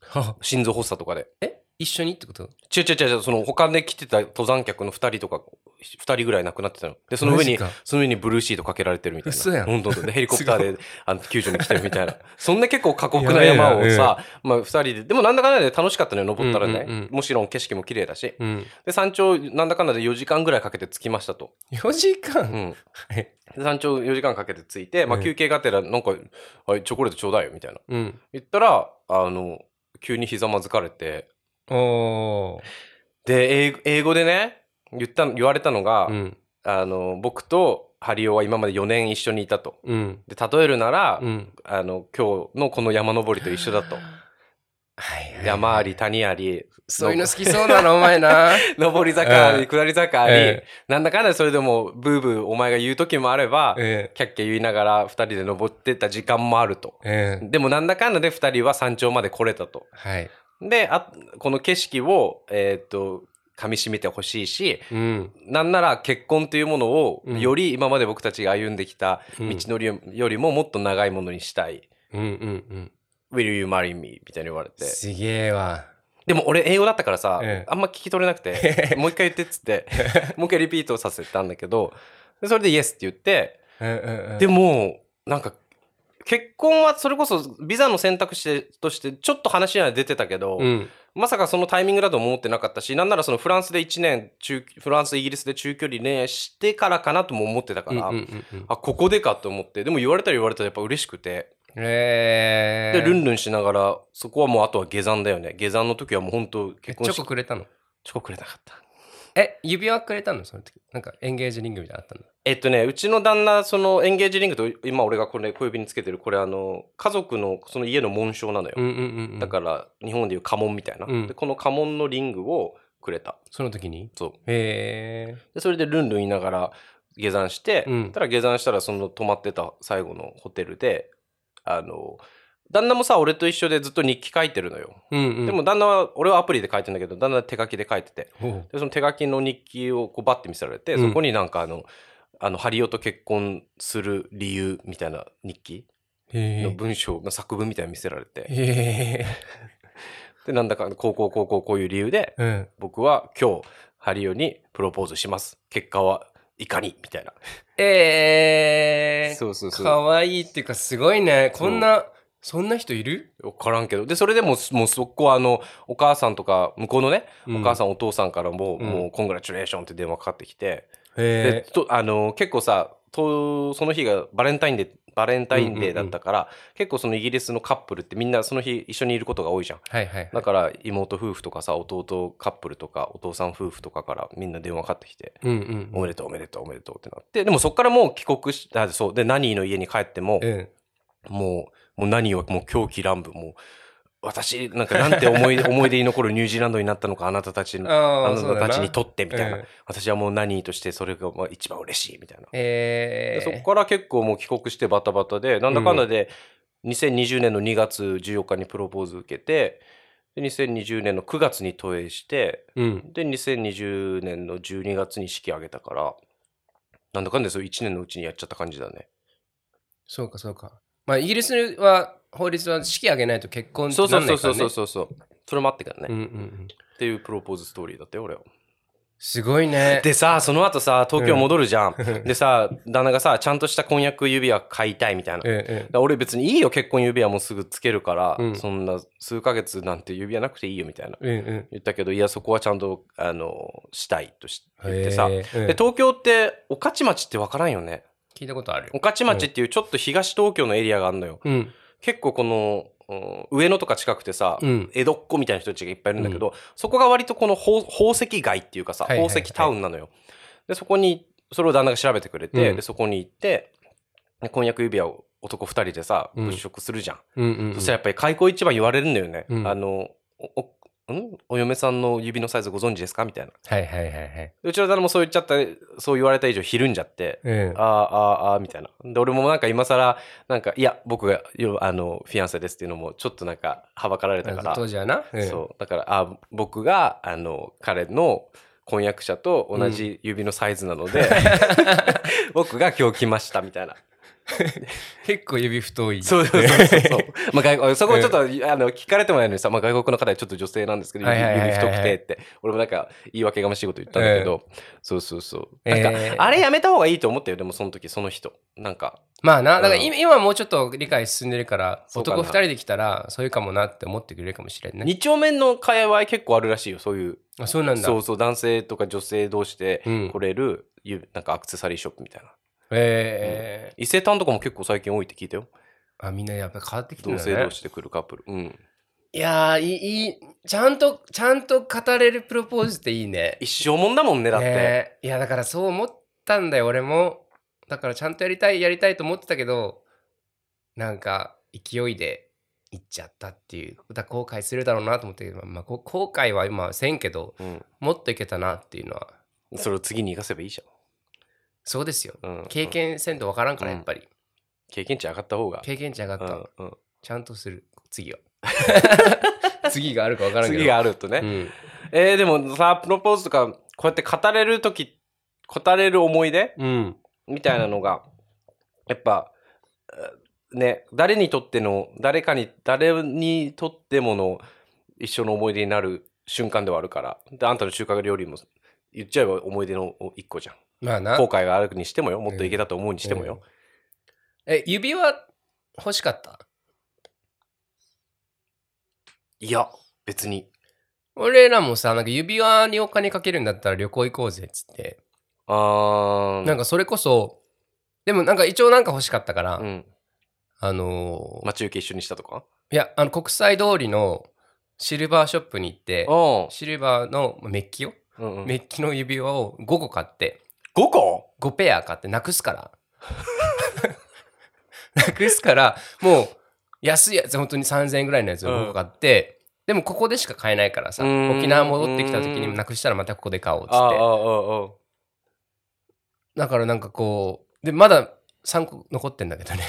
Speaker 2: は
Speaker 1: 心臓発作とかで
Speaker 2: え一緒にってこと
Speaker 1: 違う違う違う、その他で来てた登山客の2人とか、2人ぐらい亡くなってたの。で、その上に
Speaker 2: マジか、
Speaker 1: その上にブルーシートかけられてるみたいな。
Speaker 2: 嘘や
Speaker 1: 本
Speaker 2: ん
Speaker 1: 当で、ヘリコプターで、あの、救助に来てるみたいな。そんな結構過酷
Speaker 2: や
Speaker 1: な
Speaker 2: べえな
Speaker 1: 山をさ、まあ2人で、でもなんだかんだで楽しかったのよ、登ったら
Speaker 2: うんうん
Speaker 1: ね。
Speaker 2: うん
Speaker 1: もちろん景色も綺麗だし。
Speaker 2: うん。
Speaker 1: で、山頂、なんだかんだで4時間ぐらいかけて着きましたと。
Speaker 2: 4時
Speaker 1: う
Speaker 2: 間
Speaker 1: ん。
Speaker 2: はい。
Speaker 1: で山頂4時間かけて着いて、まあ
Speaker 2: うん
Speaker 1: 休憩がてら、なんか、はい、チョコレートちょうだいよ、みたいな。
Speaker 2: うん。
Speaker 1: 言ったら、あの、急にひざまずかれて、
Speaker 2: おー。
Speaker 1: で、英語英語でね、言ったの、言われたのが、
Speaker 2: うん。
Speaker 1: あの、僕とハリオは今まで4年一緒にいたと。
Speaker 2: うん。
Speaker 1: で、例えるなら、
Speaker 2: うん。
Speaker 1: あの、今日のこの山登りと一緒だと。
Speaker 2: はいはい
Speaker 1: 山あり谷あり、
Speaker 2: そういうの好きそうなの、お前な。
Speaker 1: 上り坂 あり、
Speaker 2: うん
Speaker 1: 下り坂あり、
Speaker 2: え
Speaker 1: なんだかんだそれでもブーブーお前が言う時もあれば、
Speaker 2: え
Speaker 1: キャッキャ言いながら2人で登ってった時間もあると。
Speaker 2: ええ
Speaker 1: でもなんだかんだで2人は山頂まで来れたと。
Speaker 2: はい。
Speaker 1: で、あこの景色を、えーっと、噛み締めてほしいし、
Speaker 2: うん。
Speaker 1: なんなら結婚というものを、
Speaker 2: うん
Speaker 1: より今まで僕たちが歩んできた
Speaker 2: う
Speaker 1: 道
Speaker 2: ん
Speaker 1: のりよりももっと長いものにしたい。
Speaker 2: うんうんうん。
Speaker 1: Will you marry me? みたいに言われて。
Speaker 2: すげえわ。
Speaker 1: でも俺英語だったからさ、
Speaker 2: ええ
Speaker 1: あんま聞き取れなく て、もう一回言ってっつって、もう一回リピートさせたんだけど、でそれでイエスって言って、
Speaker 2: うんうんうん
Speaker 1: でも、なんか、結婚はそれこそビザの選択肢としてちょっと話には出てたけど、
Speaker 2: うん。
Speaker 1: まさかそのタイミングだとも思ってなかったし、なんならそのフランスで1年中、フランス、イギリスで中距離恋愛してからかなとも思ってたか
Speaker 2: うん
Speaker 1: ら、
Speaker 2: うんうんうん。
Speaker 1: あ、ここでかと思って、でも言われたら言われたらやっぱ嬉しくて、
Speaker 2: ええ
Speaker 1: で、ルンルンしながら、そこはもうあとは下山だよね。下山の時はもう本当
Speaker 2: え
Speaker 1: 結
Speaker 2: チ
Speaker 1: 婚
Speaker 2: ョ
Speaker 1: 式
Speaker 2: コくれたの
Speaker 1: チョコくれなかった。
Speaker 2: え、指輪くれたのその時。なんかエンゲージリングみたいなのあったんだ。
Speaker 1: えっとね、うちの旦那、そのエンゲージリングと、今俺がこれ小指につけてる、これあの、家族のその家の紋章なのよ。
Speaker 2: うんうんうんうん。
Speaker 1: だから、日本でいう家紋みたいな、
Speaker 2: うん
Speaker 1: で。この家紋のリングをくれた。
Speaker 2: その時に
Speaker 1: そう。
Speaker 2: へえ。
Speaker 1: でそれでルンルン言いながら下山して、
Speaker 2: うん
Speaker 1: ただ下山したらその泊まってた最後のホテルで、あの、旦那もさ、俺と一緒でずっと日記書いてるのよ。
Speaker 2: うんうん。
Speaker 1: でも、旦那は、俺はアプリで書いてんだけど、旦那は手書きで書いてて。
Speaker 2: ほう
Speaker 1: でその手書きの日記をこうバッて見せられて、
Speaker 2: うん
Speaker 1: そこになんかあの、あの、ハリオと結婚する理由みたいな日記
Speaker 2: へ
Speaker 1: の
Speaker 2: え。
Speaker 1: 文章の作文みたいなの見せられて、
Speaker 2: へえ。
Speaker 1: で、なんだか、こうこうこうこうこういう理由で、
Speaker 2: うん。
Speaker 1: 僕は今日、ハリオにプロポーズします。結果はいかにみたいな。
Speaker 2: ええ。
Speaker 1: うそ
Speaker 2: かわいいっていうかすごいね。こんな、そんな人いる
Speaker 1: わからんけど。で、それでもう、もうそこはあの、お母さんとか、向こうのね、
Speaker 2: うん
Speaker 1: お母さん、お父さんからも、
Speaker 2: うん
Speaker 1: もう、コングラチュレーションって電話かかってきて、で
Speaker 2: へえ。
Speaker 1: とあの結構さとその日がバレンタインデーバレンタインデーだったから、結構そのイギリスのカップルってみんなその日一緒にいることが多いじゃん
Speaker 2: はいはいはい。
Speaker 1: だから妹夫婦とかさ弟カップルとかお父さん夫婦とかからみんな電話かかってきて、
Speaker 2: うんうん。
Speaker 1: おめでとうおめでとうおめでとうってなってでもそっからもう帰国しあそうでナニーの家に帰っても、
Speaker 2: うん。
Speaker 1: もうもうナニーはもう狂気乱舞もう私なんかなんて思 い思い出に残るニュージーランドになったのかあなたたちの
Speaker 2: あ
Speaker 1: あ
Speaker 2: あ、
Speaker 1: な
Speaker 2: そうだ
Speaker 1: た
Speaker 2: な
Speaker 1: たちにとってみたいな、
Speaker 2: うん
Speaker 1: 私はもう何としてそれがまあ一番嬉しいみたいな、
Speaker 2: え
Speaker 1: でそ
Speaker 2: え。
Speaker 1: こから結構もう帰国してバタバタでなんだかんだで2020年の2月14日にプロポーズ受けてで2020年の9月に投影して
Speaker 2: うん。
Speaker 1: で2020年の12月に式挙げたからなんだかんだでそう1年のうちにやっちゃった感じだね
Speaker 2: そうかそうか。まあ、イギリスは法律は式挙げないと結婚って
Speaker 1: そうそ
Speaker 2: な
Speaker 1: うんそ
Speaker 2: な
Speaker 1: う
Speaker 2: いから、
Speaker 1: そうそ
Speaker 2: ね、
Speaker 1: うそうそれもあってからね、
Speaker 2: うん
Speaker 1: っ
Speaker 2: うんうん。
Speaker 1: ていうプロポーズストーリーだったよ俺は
Speaker 2: すごいね。
Speaker 1: でさその後さ東京戻るじゃん、
Speaker 2: うん
Speaker 1: でさ旦那がさちゃんとした婚約指輪買いたいみたいな、
Speaker 2: ええ、
Speaker 1: だ
Speaker 2: え
Speaker 1: から俺別にいいよ結婚指輪もうすぐつけるから、
Speaker 2: うん
Speaker 1: そんな数ヶ月なんて指輪なくていいよみたいな
Speaker 2: え、うん
Speaker 1: 言ったけどいやそこはちゃんとあのしたいとし
Speaker 2: うん。
Speaker 1: 言ってさ、
Speaker 2: ええうん
Speaker 1: で東京って御徒町って分からんよね
Speaker 2: 聞いたことある。
Speaker 1: 御徒町っていうちょっと東東京のエリアがあるのよ、
Speaker 2: うん。
Speaker 1: 結構この、うん上野とか近くてさ、
Speaker 2: うん
Speaker 1: 江戸っ子みたいな人たちがいっぱいいるんだけど、そこが割とこの宝宝石街っていうかさ
Speaker 2: はいは
Speaker 1: 宝
Speaker 2: いはい
Speaker 1: 石タウンなのよ、でそこにそれを旦那が調べてくれて、
Speaker 2: うん
Speaker 1: でそこに行ってで婚約指輪を男2人でさ
Speaker 2: うん
Speaker 1: 物色するじゃん、
Speaker 2: うんうんうん。
Speaker 1: そしたらやっぱり開口一番言われるんだよね、
Speaker 2: うん
Speaker 1: あのおおんお嫁さんの指のサイズご存知ですかみたいな
Speaker 2: はいはいはいはい。
Speaker 1: うちの旦那もそう言っちゃったそう言われた以上ひるんじゃって、
Speaker 2: うん
Speaker 1: あ。ーあーあーみたいな。で、俺もなんか今更、なんか、いや、僕が、よあの、フィアンセですっていうのも、ちょっとなんか、はばかられたから
Speaker 2: 当、時はな。うん
Speaker 1: そう。だから、あー僕が、あの、彼の婚約者と同じ指のサイズなので、 僕が今日来ました、みたいな。
Speaker 2: 結構指太い。
Speaker 1: そうそうそうそうそう。まあ、外国、そこもちょっと、あの、聞かれてもないのにさ、まあ、外国の方でちょっと女性なんですけど、
Speaker 2: は
Speaker 1: 指
Speaker 2: いはいはいはい
Speaker 1: 指太くてって、俺もなんか、言い訳がましいこと言ったんだけど、そうそうそう。なんか、
Speaker 2: えー
Speaker 1: あれやめた方がいいと思ったよ、でもその時、その人。なんか、
Speaker 2: まあな、だから
Speaker 1: うん
Speaker 2: 今今もうちょっと理解進んでるから、
Speaker 1: そうかな
Speaker 2: 男二人で来たら、そういうかもなって思ってくれるかもしれんね。
Speaker 1: 二丁目の界隈結構あるらしいよそういう
Speaker 2: あ、そうなんだ。
Speaker 1: そうそう男性とか女性同士で
Speaker 2: うん
Speaker 1: 来れる、ゆなんかアクセサリーショップみたいな
Speaker 2: ええ
Speaker 1: 伊勢丹とかも結構最近多いって聞いたよ
Speaker 2: あ、みんなやっぱ変わってきてる
Speaker 1: 同
Speaker 2: んだ
Speaker 1: 性
Speaker 2: ね
Speaker 1: 同。士で来るカップル、うん、
Speaker 2: いやー、いい、いい、ちゃんと、ちゃんと語れるプロポーズっていいね。
Speaker 1: 一生もんだもんねだって、
Speaker 2: ねえいやだからそう思ったんだよ俺もだからちゃんとやりたいやりたいと思ってたけどなんか勢いで行っちゃったっていうだ後悔するだろうなと思って、まあまあ、こ後悔は今はせんけど
Speaker 1: うん。
Speaker 2: もっといけたなっていうのは
Speaker 1: それを次に生かせばいいじ
Speaker 2: そうですよ
Speaker 1: ゃん。うん。
Speaker 2: 経験せんと分からんから
Speaker 1: うん
Speaker 2: やっぱり、
Speaker 1: 経験値上がった方が。
Speaker 2: 経験値上がった、
Speaker 1: うんうん
Speaker 2: ちゃんとする 次は次があるか分からんけど
Speaker 1: 次があるとね。
Speaker 2: うん、
Speaker 1: えー、でもさ、プロポーズとか、こうやって語れるとき、語れる思い出
Speaker 2: うん、
Speaker 1: みたいなのが、やっぱ、えーね、誰にとっての、誰かに、誰にとってもの一生の思い出になる瞬間ではあるから、であんたの中華料理も言っちゃえば思い出の一個じゃん。
Speaker 2: まあな
Speaker 1: 後悔があるにしてもよ、もっといけたと思うにしてもよ。
Speaker 2: え指輪欲しかった
Speaker 1: いや、別に。
Speaker 2: 俺らもさなんか指輪にお金かけるんだったら旅行行こうぜっつって、
Speaker 1: あー。
Speaker 2: なんかそれこそでもなんか一応なんか欲しかったから、
Speaker 1: うん。
Speaker 2: あのー
Speaker 1: 待ち受け一緒にしたとか
Speaker 2: いやあの国際通りのシルバーショップに行って
Speaker 1: あ
Speaker 2: シルバーのまあメッキを、
Speaker 1: うんうん、
Speaker 2: メッキの指輪を5個買って
Speaker 1: 5個
Speaker 2: 5ペア買ってなくすから なくすからもう安いやつ本当に3000円ぐらいのやつを5個買って、でもここでしか買えないからさ
Speaker 1: うーん
Speaker 2: 沖縄戻ってきた時にもなくしたらまたここで買おうっつ
Speaker 1: あ
Speaker 2: っ
Speaker 1: あ、あ
Speaker 2: て
Speaker 1: あ、あ
Speaker 2: だからなんかこうでまだ3個残ってんだけどね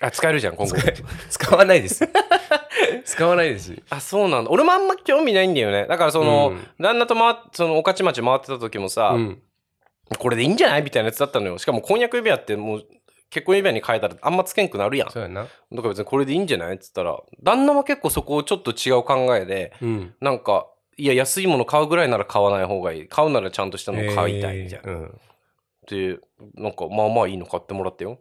Speaker 1: あ。あ、使えるじゃん、今後。
Speaker 2: 使わないです 使わないです
Speaker 1: あ、そうなんだ。俺もあんま興味ないんだよね。だからその、
Speaker 2: うん
Speaker 1: 旦那と回っその、御徒町回ってた時もさ、
Speaker 2: うん
Speaker 1: これでいいんじゃないみたいなやつだったのよ。しかも婚約指輪ってもう、結婚指輪に変えたらあんまつけんくなるやん。だか
Speaker 2: そうやな
Speaker 1: ら別にこれでいいんじゃないっつったら、旦那は結構そこをちょっと違う考えで、
Speaker 2: うん
Speaker 1: なんか、いや、安いもの買うぐらいなら買わない方がいい。買うならちゃんとしたのを買いたいみたいな。
Speaker 2: えーうん
Speaker 1: で、なんか、まあまあいいの買ってもらったよ。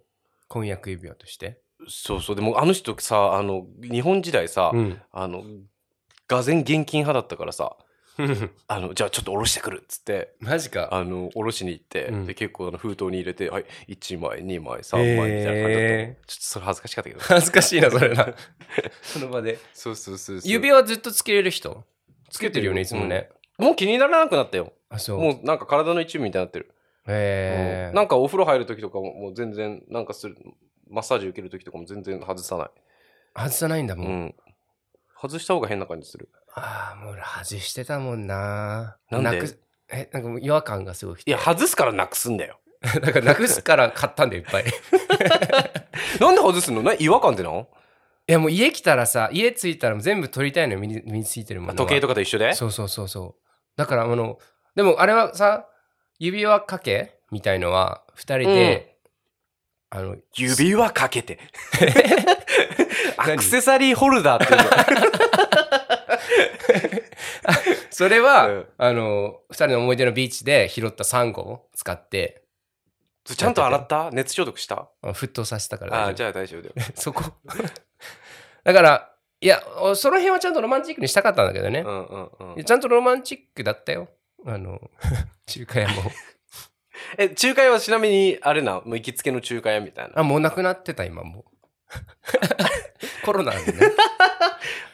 Speaker 2: 婚約指輪として
Speaker 1: そうそう。でもあの人さ、あの、日本時代さ、
Speaker 2: うん
Speaker 1: あの、がぜ現金派だったからさ、あの、じゃあちょっとおろしてくるっつって、
Speaker 2: マジか
Speaker 1: あの、おろしに行って、
Speaker 2: うん
Speaker 1: で、結構あの封筒に入れて、はい、1枚、2枚、3枚みたいな感じだった。
Speaker 2: え
Speaker 1: ちょっとそれ恥ずかしかっ たけど。
Speaker 2: 恥ずかしい なそれなその場で
Speaker 1: そうそうそうそう。
Speaker 2: 指輪ずっとつけれる人つけてるよねいつもね、
Speaker 1: もう気にならなくなったよ。
Speaker 2: あそう
Speaker 1: もうなんか体の一部みたいになってる。
Speaker 2: へ
Speaker 1: う
Speaker 2: え
Speaker 1: んなんかお風呂入る時とかももう全然、なんかする、マッサージ受ける時とかも全然外さない。
Speaker 2: 外さないんだ
Speaker 1: う
Speaker 2: もん、
Speaker 1: ん。外した方が変な感じする。
Speaker 2: ああもう俺外してたもんな
Speaker 1: なんで
Speaker 2: くすえなんかもう違和感がすごく
Speaker 1: い
Speaker 2: て
Speaker 1: や、外すからなくすんだよ。
Speaker 2: だからなく すから買ったんだよいっぱいい
Speaker 1: なんで外すのな違和感っての
Speaker 2: やもう家来たらさ家着いたらもう全部取りたいのよ身に身についてるものは
Speaker 1: 時計とかと一緒で
Speaker 2: そうそうそうそうだからあのでもあれはさ指輪かけみたいのは2人で、あの
Speaker 1: 指輪かけ て。アクセサリーホルダーっていうの
Speaker 2: それは、
Speaker 1: うん
Speaker 2: あの2人の思い出のビーチで拾ったサンゴを使って
Speaker 1: ちゃんと洗った熱消毒した
Speaker 2: あ沸騰させたから
Speaker 1: あ
Speaker 2: 大
Speaker 1: あ、
Speaker 2: 丈
Speaker 1: じゃあ大丈夫だよ。
Speaker 2: 夫 そこだからいやおその辺はちゃんとロマンチックにしたかったんだけどね
Speaker 1: う、んうんうん。
Speaker 2: ちゃんとロマンチックだったよあの中華屋も
Speaker 1: え、仲介はちなみに、あれな、もう行きつけの仲介屋みたいな。
Speaker 2: あもうなくなってた今も うコロナで ねだ
Speaker 1: だ
Speaker 2: か
Speaker 1: か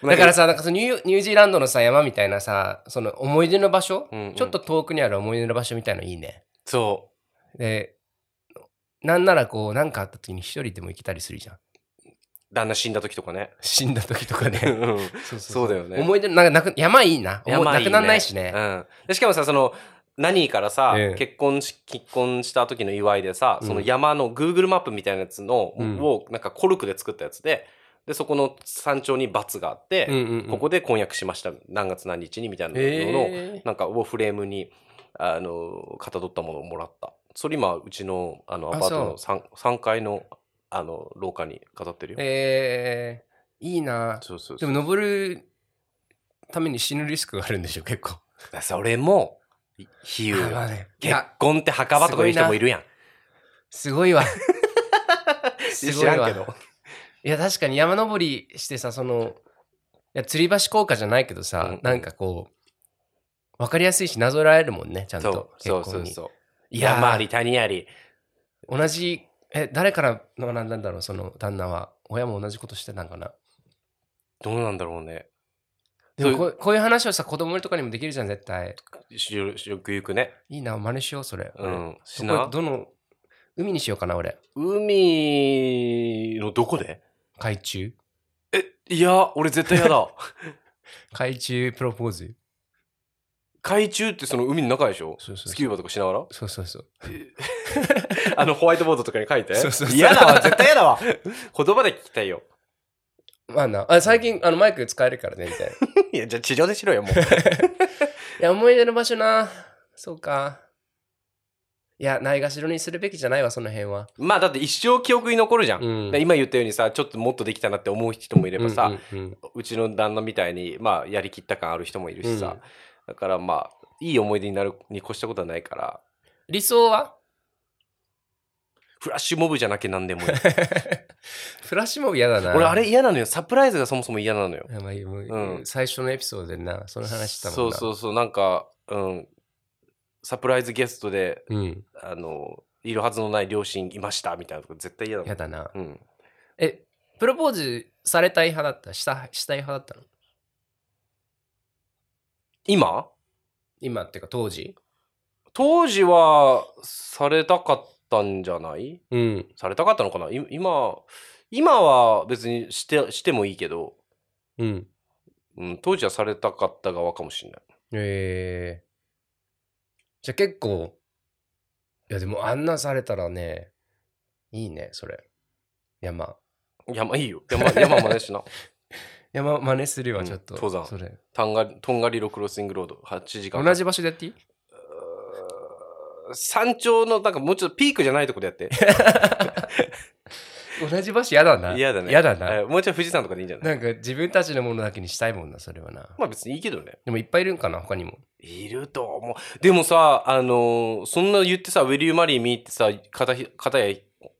Speaker 1: ららさ、
Speaker 2: さなんかそのニューニュージーランドのさ山みたいなさその思い出の場所、
Speaker 1: うんうん
Speaker 2: ちょっと遠くにある思い出の場所みたいのいいね
Speaker 1: そ
Speaker 2: でなんならこう何かあった時に一人でも行けたりするじゃん
Speaker 1: う、旦那死んだ時とかね。
Speaker 2: 死んだ時とか
Speaker 1: う
Speaker 2: ね
Speaker 1: ん
Speaker 2: そう
Speaker 1: そうだよね。
Speaker 2: 思い出なんかなく山いいな
Speaker 1: やばい
Speaker 2: なくなんないしね、
Speaker 1: うん。でしかもさ、その、何からさ、
Speaker 2: ええ
Speaker 1: 結婚し、結婚した時の祝いでさ、
Speaker 2: うん
Speaker 1: その山の Google マップみたいなやつの、
Speaker 2: うん
Speaker 1: を、なんかコルクで作ったやつで、で、そこの山頂にバツがあって、
Speaker 2: うんうんうん
Speaker 1: ここで婚約しました。何月何日にみたいなのの、
Speaker 2: えー
Speaker 1: なんかをフレームにあのかたどったものをもらったそれ今うちのあの
Speaker 2: あ
Speaker 1: アパートの
Speaker 2: そ
Speaker 1: 3, 三階のあの廊下に飾ってるよ、
Speaker 2: えーいいな
Speaker 1: そうそう
Speaker 2: で
Speaker 1: そう
Speaker 2: も登るために死ぬリスクがあるんでしょ結構
Speaker 1: それもい比喩
Speaker 2: あまあ
Speaker 1: よ
Speaker 2: ねい
Speaker 1: 結
Speaker 2: や
Speaker 1: 婚って墓場とかいう人もいるやん
Speaker 2: すごいわ す
Speaker 1: 知らんけど
Speaker 2: いや確かに山登りしてさそのいや吊り橋効果じゃないけどさ、
Speaker 1: うんうん
Speaker 2: なんかこう分かりやすいしなぞらえるもんねちゃん
Speaker 1: そう
Speaker 2: と
Speaker 1: そうそう
Speaker 2: 結
Speaker 1: そう
Speaker 2: いやー
Speaker 1: 山あり谷あり
Speaker 2: 婚に同じえ誰から学んだんだろうその旦那は親も同じことしてたんかな
Speaker 1: どうなんだろうね
Speaker 2: でもこうこういう話をさ子供とかにもできるじゃん絶対
Speaker 1: しよよくゆくね
Speaker 2: いいな真似しようそれ、
Speaker 1: う
Speaker 2: 俺
Speaker 1: んし
Speaker 2: どこ
Speaker 1: な
Speaker 2: どの海にしようかな俺
Speaker 1: 海のどこで
Speaker 2: 海中
Speaker 1: いや、俺絶対嫌だ。
Speaker 2: 海中プロポーズ。
Speaker 1: 海中ってその海の中でしょ
Speaker 2: そうそうそう
Speaker 1: スキューバとかしながら
Speaker 2: そうそうそう。
Speaker 1: あのホワイトボードとかに書いて
Speaker 2: そうそうそう
Speaker 1: 嫌だわ絶対嫌だわ言葉で聞きたいよ
Speaker 2: まあな、あ最近あのマイク使えるからね、みたいな。い
Speaker 1: いやじゃあ地上でしろよもう
Speaker 2: や、思い出の場所な。そうか。いや、ないがしろにするべきじゃないわ、その辺は。
Speaker 1: まあだって一生記憶に残るじゃん、
Speaker 2: うん
Speaker 1: で今言ったようにさちょっともっとできたなって思う人もいればさ、う
Speaker 2: うんうんうん
Speaker 1: ちの旦那みたいにまあやりきった感ある人もいるしさ、
Speaker 2: うん
Speaker 1: だからまあいい思い出になるに越したことはないから
Speaker 2: 理想は
Speaker 1: フラッシュモブじゃなきゃなん でもいい
Speaker 2: フラッシュモブ嫌だな。
Speaker 1: 俺あれ嫌なのよサプライズがそもそも嫌なのよ
Speaker 2: いやまあいいもう
Speaker 1: うん
Speaker 2: 最初のエピソードでな、その話したもん
Speaker 1: そう
Speaker 2: な。
Speaker 1: そううそうなんかうんサプライズゲストで
Speaker 2: そう。ん、
Speaker 1: あの、いるはずのない両親いましたみたいなとこ絶対嫌だもん
Speaker 2: 嫌だな。
Speaker 1: うん。
Speaker 2: え、プロポーズされたい派だったしたしたい派だったの
Speaker 1: 今
Speaker 2: 今っていうか当時
Speaker 1: 当時はされたかったんじゃない
Speaker 2: うん。
Speaker 1: されたかったのかない今、今は別にしてしてもいいけど、
Speaker 2: うん。
Speaker 1: うん、当時はされたかった側かもしれない。
Speaker 2: ええじゃあ結構、いやでもあんなされたらね、いいね、それ。山。
Speaker 1: 山いいよ。山、山真似 しな。
Speaker 2: 山真似する
Speaker 1: う
Speaker 2: わ、
Speaker 1: ん
Speaker 2: ちょっと。
Speaker 1: 登山
Speaker 2: それ。
Speaker 1: タンガリ、トンガリロクロスイングロード、8時間。
Speaker 2: 同じ場所でやっていい
Speaker 1: 山頂の、なんかもうちょっとピークじゃないとこでや って。
Speaker 2: 同じ場所嫌だな。
Speaker 1: 嫌だね。
Speaker 2: 嫌だな。
Speaker 1: えもうちょい富士山とかでいいんじゃない
Speaker 2: なんか自分たちのものだけにしたいもんな、それはな。
Speaker 1: まあ別にいいけどね。
Speaker 2: でもいっぱいいるんかな、他にも。
Speaker 1: いると思う。でもさ、あのーそんな言ってさ、Will you marry me? ってさ、片ひ片や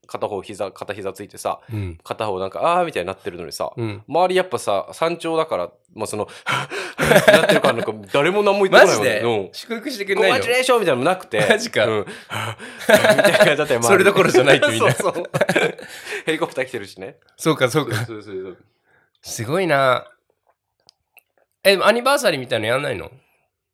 Speaker 1: 片方膝、片膝ついてさ、
Speaker 2: うん。
Speaker 1: 片方なんか、あーみたいになってるのにさ、
Speaker 2: うん。
Speaker 1: 周りやっぱさ、山頂だから、まあ、 その、なってるからなんか、誰も何も言ってこな
Speaker 2: マ
Speaker 1: い
Speaker 2: ジ
Speaker 1: もんね。
Speaker 2: で、
Speaker 1: うん。
Speaker 2: 祝福してく
Speaker 1: コ
Speaker 2: れな
Speaker 1: ン
Speaker 2: いの
Speaker 1: グチュレーションみたいなのもなくて。
Speaker 2: マジか
Speaker 1: うん みたいな感じだったよ、周り
Speaker 2: それどころじゃないってみんな
Speaker 1: そうそう。ヘリコプター来てるしね。
Speaker 2: そうか、そう
Speaker 1: そう
Speaker 2: か。
Speaker 1: そうそう。
Speaker 2: すごいな。え、でもアニバーサリーみたいのやんないの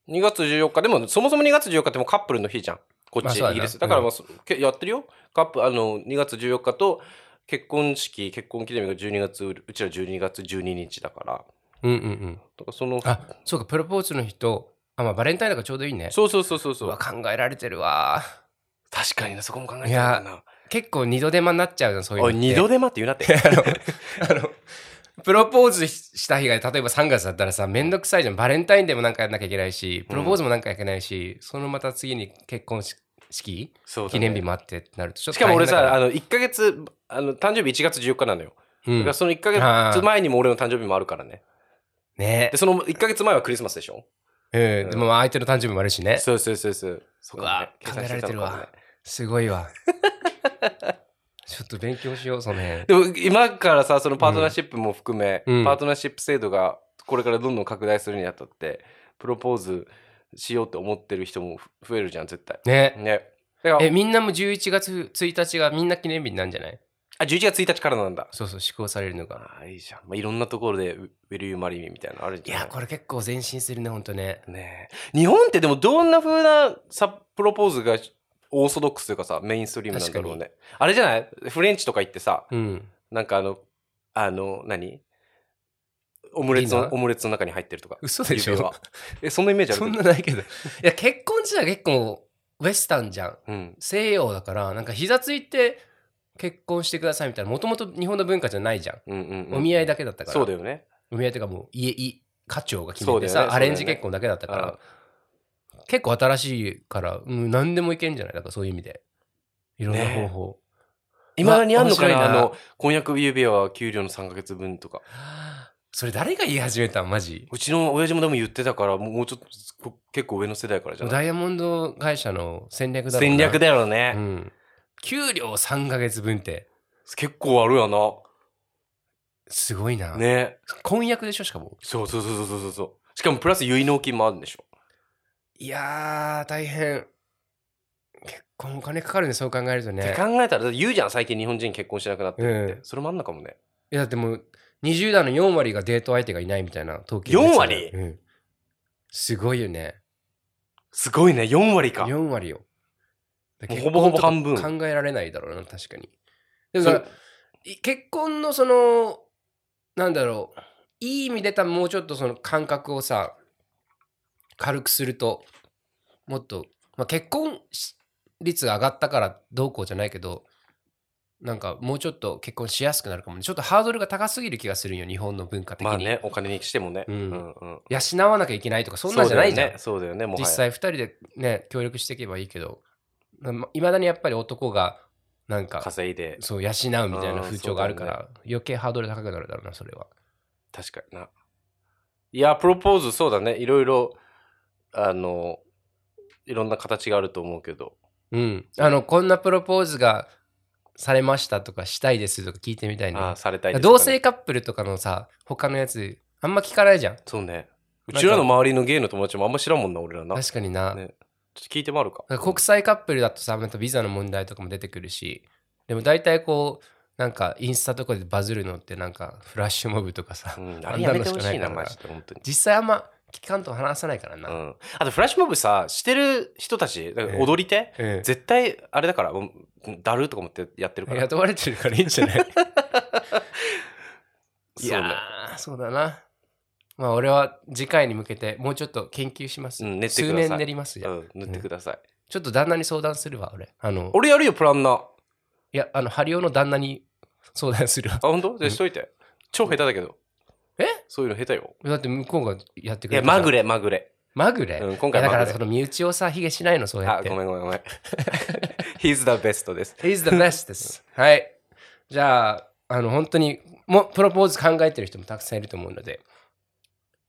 Speaker 1: 2月14日でもそもそも2月14日ってもうカップルの日じゃんこ
Speaker 2: ま
Speaker 1: っ
Speaker 2: あ
Speaker 1: ち、
Speaker 2: そうだな
Speaker 1: イギリスだからもうそ、けやってるよカップあの2月14日と結婚式結婚記念日が12月うちら12月12日だから
Speaker 2: うんうんうん。
Speaker 1: とかその
Speaker 2: あ、そうか、プロポーズの日と、あ、まあ、バレンタインだからちょうどいいね。
Speaker 1: そうそうそうそうそうう
Speaker 2: わ考えられてるわ。
Speaker 1: 確かになそこも考えてたかな
Speaker 2: 結構二度手間になっちゃうじゃん、そういうの
Speaker 1: お
Speaker 2: っ
Speaker 1: い
Speaker 2: て。
Speaker 1: 二度手間って言うなって
Speaker 2: あの、プロポーズした日が、例えば3月だったらさ、めんどくさいじゃん。バレンタインでもなんかやんなきゃいけないし、プロポーズもなんかやんなきゃいけないし、そのまた次に結婚式、
Speaker 1: そうだね
Speaker 2: 記念日もあってってなると、ちょっ
Speaker 1: し
Speaker 2: と
Speaker 1: かも俺
Speaker 2: 大変だ
Speaker 1: さ
Speaker 2: ら
Speaker 1: あ、の1ヶ月あの誕生日1月14日なのよ、
Speaker 2: う
Speaker 1: だから
Speaker 2: ん、
Speaker 1: その1ヶ
Speaker 2: あ
Speaker 1: 月
Speaker 2: ー
Speaker 1: 前にも俺の誕生日もあるからね
Speaker 2: ね
Speaker 1: でその1ヶ月前はクリスマスでしょ
Speaker 2: え、うん、でもまあ相手の誕生日もあるしね。
Speaker 1: そうそうそうそうそこもね
Speaker 2: うわ考えら
Speaker 1: 計算して
Speaker 2: れてる
Speaker 1: たのかもね
Speaker 2: わすご いわ。ちょっと勉強しよう、その辺。
Speaker 1: でも今からさそのパートナーシップも含め、
Speaker 2: うん
Speaker 1: パートナーシップ制度がこれからどんどん拡大するにあたってプロポーズしようって思ってる人もふ増えるじゃん絶対
Speaker 2: ね。
Speaker 1: ねだか
Speaker 2: え、
Speaker 1: ら
Speaker 2: みんなも11月1日がみんな記念日になるんじゃない
Speaker 1: あ11月1日からなんだ
Speaker 2: そうそう、施行されるのが。
Speaker 1: あいいじゃん、まあ、いろんなところで「Will you marry me」みたいなのある
Speaker 2: い
Speaker 1: じゃん
Speaker 2: や、これ結構前進するね、ほんとね。
Speaker 1: ねえ日本ってでもどんな風なさプロポーズがオーソドックスというかさメインストリームなんだろうねあれじゃないフレンチとか行ってさ
Speaker 2: うん。
Speaker 1: なんかあのあの何オムレツの
Speaker 2: ディナー
Speaker 1: オムレツの中に入ってるとか
Speaker 2: 嘘でしょ
Speaker 1: 指輪えそんなイメージある
Speaker 2: そんなない けど。いや、結婚自体結構ウエスタンじゃん。
Speaker 1: うん
Speaker 2: 西洋だから、なんか膝ついて結婚してくださいみたいな、もともと日本の文化じゃないじゃん。
Speaker 1: うんうんうん
Speaker 2: お見合いだけだったから。
Speaker 1: そうだよね
Speaker 2: お見合いというかもう家、い家長が決
Speaker 1: そ
Speaker 2: め
Speaker 1: うだ
Speaker 2: て
Speaker 1: よね
Speaker 2: さ、
Speaker 1: そうだよ
Speaker 2: ア
Speaker 1: ね
Speaker 2: レンジ結婚だけだったか
Speaker 1: あ
Speaker 2: ら、結構新しいから、うん、何でもいけんじゃないだからそういう意味で。いろんな
Speaker 1: ね
Speaker 2: 方法。
Speaker 1: いまだにあんのかな
Speaker 2: 面白い
Speaker 1: あ
Speaker 2: な
Speaker 1: の婚約指輪は給料の3ヶ月分とか
Speaker 2: それ誰が言い始めたんマジ。
Speaker 1: うちの親父もでも言ってたからもうちょっとこ結構上の世代からじゃない
Speaker 2: ダイヤモンド会社の戦略だろうな
Speaker 1: 戦略だよね、
Speaker 2: うん。給料3ヶ月分って、
Speaker 1: 結構あるやな
Speaker 2: すごいな。
Speaker 1: ね
Speaker 2: 婚約でしょしかも。
Speaker 1: そうそうそうそうそうそうしかもプラス結納金もあるんでしょ
Speaker 2: いやー、大変。結婚お金かかるね、そう考えると
Speaker 1: って
Speaker 2: ね。
Speaker 1: 考えたらだって言うじゃん最近日本人結婚しなくなってるって、
Speaker 2: うん
Speaker 1: それもあんのかもね
Speaker 2: いや、だってもう、20代の4割がデート相手がいないみたいな統計
Speaker 1: 4割
Speaker 2: うん。すごいよね。
Speaker 1: すごいね4割か
Speaker 2: 4割よ。
Speaker 1: もうほぼほぼ半分
Speaker 2: 結婚とか考えられないだろうな、確かに。でもだからい結婚のその、なんだろういい意味で多分もうちょっとその感覚をさ軽くするともっと、まあ、結婚し率が上がったからどうこうじゃないけどなんかもうちょっと結婚しやすくなるかもねちょっとハードルが高すぎる気がするんよ日本の文化的に、
Speaker 1: まあね、お金にしてもね。
Speaker 2: うん
Speaker 1: うん
Speaker 2: 養わなきゃいけないとかそんなんじゃないじゃん、
Speaker 1: そうだよね、そうだよねもはや
Speaker 2: 実際2人でね協力していけばいいけどいまだにやっぱり男がなんか
Speaker 1: 稼いで、
Speaker 2: そう養うみたいな風潮があるから、
Speaker 1: あ
Speaker 2: 余計ハードル高くなるだろうなそれは
Speaker 1: 確かにな。いや、プロポーズ、そうだね、いろいろ、あの、いろんな形があると思うけど、
Speaker 2: うんあのこんなプロポーズがされましたとかしたいですとか聞いてみたいね
Speaker 1: ああ、されたいです
Speaker 2: 同性カップルとかのさ他のやつあんま聞かないじゃん
Speaker 1: そうね。う
Speaker 2: か
Speaker 1: ちらの周りのゲイの友達もあんま知らんもんな、俺らな。
Speaker 2: 確かにな、
Speaker 1: ねちょっと聞いてもあるか。
Speaker 2: なんか国際カップルだとさまたビザの問題とかも出てくるしでも大体こうなんかインスタとかでバズるのってなんかフラッシュモブとかさ、
Speaker 1: うん、あれやめてほしいな、
Speaker 2: あんなのしかないから
Speaker 1: マジで、本当に。
Speaker 2: 実際あんま期間と話さないからな、
Speaker 1: うん、あとフラッシュモブさしてる人たちだから踊り手、
Speaker 2: うん
Speaker 1: 絶対あれだからもうだるとか思ってやってるから
Speaker 2: 雇われてるからいいん じゃないい
Speaker 1: そうね
Speaker 2: やーそうだなまあ俺は次回に向けてもうちょっと研究します、
Speaker 1: うん練ってくだ
Speaker 2: 数
Speaker 1: さい
Speaker 2: 年練りますじゃあ、
Speaker 1: うん、塗ってください、
Speaker 2: ちょっと旦那に相談するわ俺あの
Speaker 1: 俺やるよプランナーあ
Speaker 2: いやあのハリオの旦那に相談するわ
Speaker 1: 本当じゃあしといて、超下手だけど
Speaker 2: え
Speaker 1: そういうの下手よ
Speaker 2: だって向こうがやってく
Speaker 1: い
Speaker 2: れ
Speaker 1: や
Speaker 2: るじゃん
Speaker 1: まぐれまぐれ
Speaker 2: まぐれ、
Speaker 1: うん今回
Speaker 2: いやだから
Speaker 1: まぐれ
Speaker 2: その身内をさ卑下しないのそうや
Speaker 1: あ
Speaker 2: って
Speaker 1: ごめんごめんごめ ん He's the best です
Speaker 2: is the best です。はい。じゃあ、あの、本当に、もうプロポーズ考えてる人もたくさんいると思うので、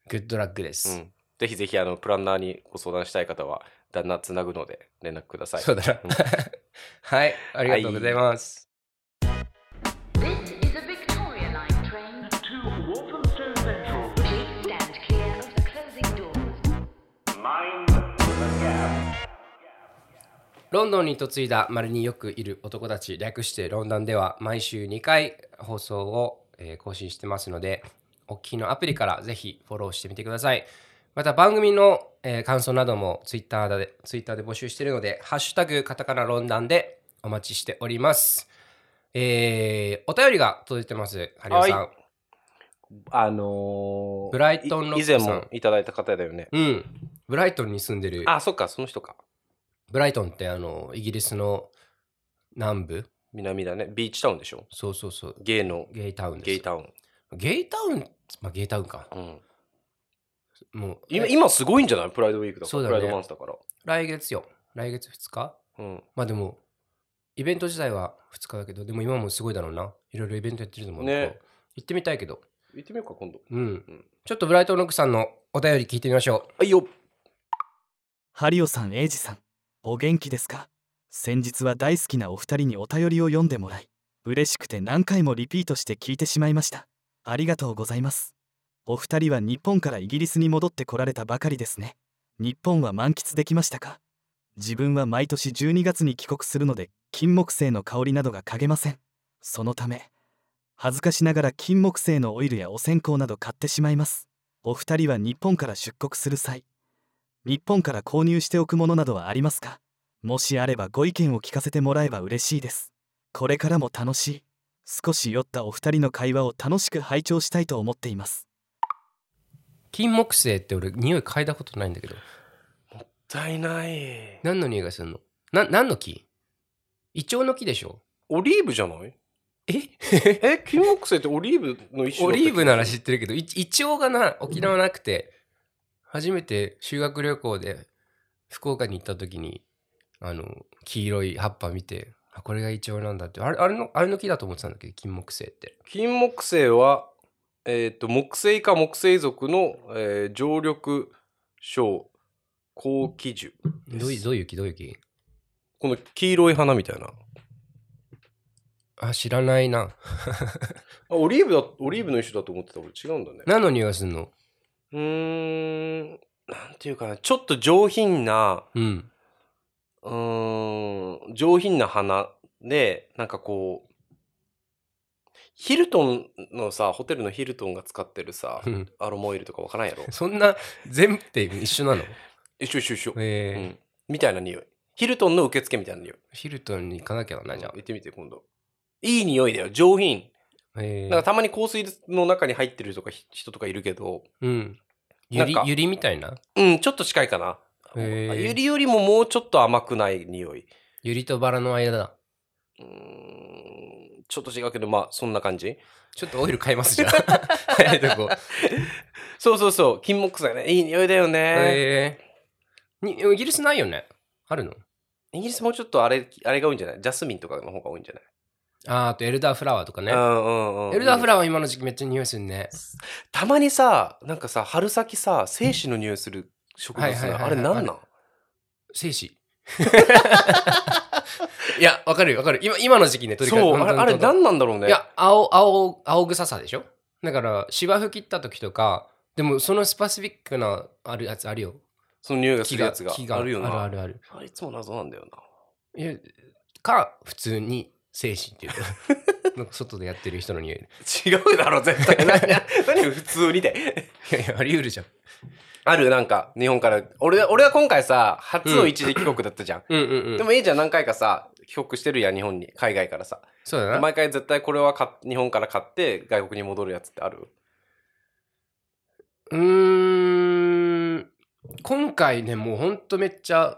Speaker 2: グッドラックで
Speaker 1: う
Speaker 2: す。
Speaker 1: んぜひぜひあのプランナーにご相談したい方は旦那つなぐので連絡ください
Speaker 2: そうだな。
Speaker 1: うん
Speaker 2: はい、ありがとうございます。
Speaker 4: This is a Victoria Line train to Walthamstow Central. Please stand clear of the closing doors.
Speaker 2: ロンドンに嫁いだまれによくいる男たち略してロンダンでは毎週2回放送を、えー更新してますのでお聞きのアプリからぜひフォローしてみてくださいまた番組の、えー感想などもツイッターでツイッターで募集しているので「ハッシュタグカタカナロンダン」でお待ちしておりますえーお便りが届いてますハリオさん、
Speaker 1: はいあのー
Speaker 2: ブライトンロック
Speaker 1: い以
Speaker 2: さん
Speaker 1: 前もいただいた方だよね
Speaker 2: うんブライトンに住んでる
Speaker 1: あそっかその人か
Speaker 2: ブライトンってあのイギリスの南部
Speaker 1: 南だねビーチタウンでしょ
Speaker 2: そうそうそう
Speaker 1: ゲイの
Speaker 2: ゲイタウンです
Speaker 1: ゲイタウン、
Speaker 2: ゲイタウン、まあ、ゲイタウンか。
Speaker 1: うん、
Speaker 2: もう、
Speaker 1: 今
Speaker 2: え
Speaker 1: 今すごいんじゃないプライドウィークだから
Speaker 2: そうだね
Speaker 1: プライドマンスだから、
Speaker 2: 来月よ。来月2日
Speaker 1: うん、
Speaker 2: まあでも、イベント自体は2日だけど、でも今もすごいだろうな。いろいろイベントやってると思うけど、
Speaker 1: ね
Speaker 2: 行ってみたいけど。
Speaker 1: 行ってみようか今度
Speaker 2: うん。
Speaker 1: ん
Speaker 2: ちょっとブライトンロックさんのお便り聞いてみましょ
Speaker 1: はいよ
Speaker 3: ハリオさんエイジさんお元気ですか先日は大好きなお二人にお便りを読んでもらい嬉しくて何回もリピートして聞いてしまいましたありがとうございますお二人は日本からイギリスに戻ってこられたばかりですね日本は満喫できましたか自分は毎年12月に帰国するので金木犀の香りなどが嗅げませんそのため恥ずかしながら金木犀のオイルやお線香など買ってしまいますお二人は日本から出国する際日本から購入しておくものなどはありますかもしあればご意見を聞かせてもらえば嬉しいですこれからも楽しい少し酔ったお二人の会話を楽しく拝聴したいと思っています
Speaker 2: う。金木犀って俺、匂い嗅いだことないんだけど、
Speaker 1: 絶対ない
Speaker 2: 何の匂いがするのな、何の木イチョウの木でしょ
Speaker 1: オリーブじゃない
Speaker 2: え
Speaker 1: え金木犀ってオリーブの一種だったっけ
Speaker 2: オリーブなら知ってるけど、イイチョウがな、沖縄なくて、初めて修学旅行で福岡に行った時に、あの、黄色い葉っぱ見て、あ、これがイチョウなんだって、あれ、あれの、あれの木だと思ってたんだけど、金木犀って。
Speaker 1: 金木犀はえっ、と木星か木星族の、えー常緑小高木樹
Speaker 2: どういう、どういう木どういう木
Speaker 1: この黄色い花みたいなあ
Speaker 2: あ、知らないな。
Speaker 1: オリーブだオリーブの一種だと思ってた俺違うんだね
Speaker 2: 何の匂いがするの
Speaker 1: うーんなんていうかなちょっと上品な
Speaker 2: うん。
Speaker 1: うーん、上品な花で、なんかこう、ヒルトンのさ、ホテルのヒルトンが使ってるさ
Speaker 2: う、ん
Speaker 1: アロマオイルとかわからん やろ
Speaker 2: そんな、全部って一緒なの
Speaker 1: 一緒一緒一緒。う
Speaker 2: えー
Speaker 1: ん。みたいな匂い。ヒルトンの受付みたいな匂い。
Speaker 2: ヒルトンに行かなきゃな、じゃあ
Speaker 1: 行っ。てみて、今度。いい匂いだよ、上品。
Speaker 2: ええ
Speaker 1: なんかたまに香水の中に入ってるとかひ人とかいるけど、
Speaker 2: うん。
Speaker 1: な
Speaker 2: ゆ
Speaker 1: ん
Speaker 2: り
Speaker 1: か、
Speaker 2: ゆりみたいな
Speaker 1: うん、ちょっと近いかな。
Speaker 2: へー
Speaker 1: ゆりよりももうちょっと甘くない匂い。
Speaker 2: ゆりとバラの間だ。
Speaker 1: うーん、ちょっと違うけど、まあ、そんな感じ。
Speaker 2: ちょっとオイル買いますじゃん。 早いとこ。
Speaker 1: そうそうそう、金木犀ね。いい匂いだよね。
Speaker 2: えーにイギリスないよね。あるの
Speaker 1: イギリスもうちょっとあれ、あれが多いんじゃないジャスミンとかの方が多いんじゃない
Speaker 2: あーあとエルダーフラワーとかね
Speaker 1: う。んうんうん。
Speaker 2: エルダーフラワー今の時期めっちゃ匂いするね。
Speaker 1: たまにさ、なんかさ、春先さ、精子の匂いする植物
Speaker 2: はいはい
Speaker 1: が
Speaker 2: はい
Speaker 1: あれなんなん
Speaker 2: 精 子。いや、わかるよわかる。今今の時期ね、とにかく。
Speaker 1: そう、あれ、あれ
Speaker 2: ん
Speaker 1: 何なんだろうね。
Speaker 2: いや、青、青、青臭さでしょだから、芝生切った時とか、でもそのスパシフィックなあるやつあるよ。
Speaker 1: その匂いがす
Speaker 2: 木
Speaker 1: るや
Speaker 2: が、
Speaker 1: つが
Speaker 2: 木が
Speaker 1: あるよな。
Speaker 2: あるあるある。
Speaker 1: あれいつも謎なんだよな。
Speaker 2: いやか普通に精神 っていうかなんか外でやってる人の匂いい
Speaker 1: 違うだろ、絶 対。何何普通にで。
Speaker 2: やいやあり得るじゃん
Speaker 1: あるなんか、日本から。俺、俺は今回さ、初の一時帰国だったじゃん。
Speaker 2: うんうんうん
Speaker 1: でも、えいちゃん何回かさ、帰国してるやん、日本に。海外からさ。
Speaker 2: そうだな
Speaker 1: 毎回絶対これは買っ日本から買って、外国に戻るやつってある
Speaker 2: うーん今回ねもうほんとめっちゃ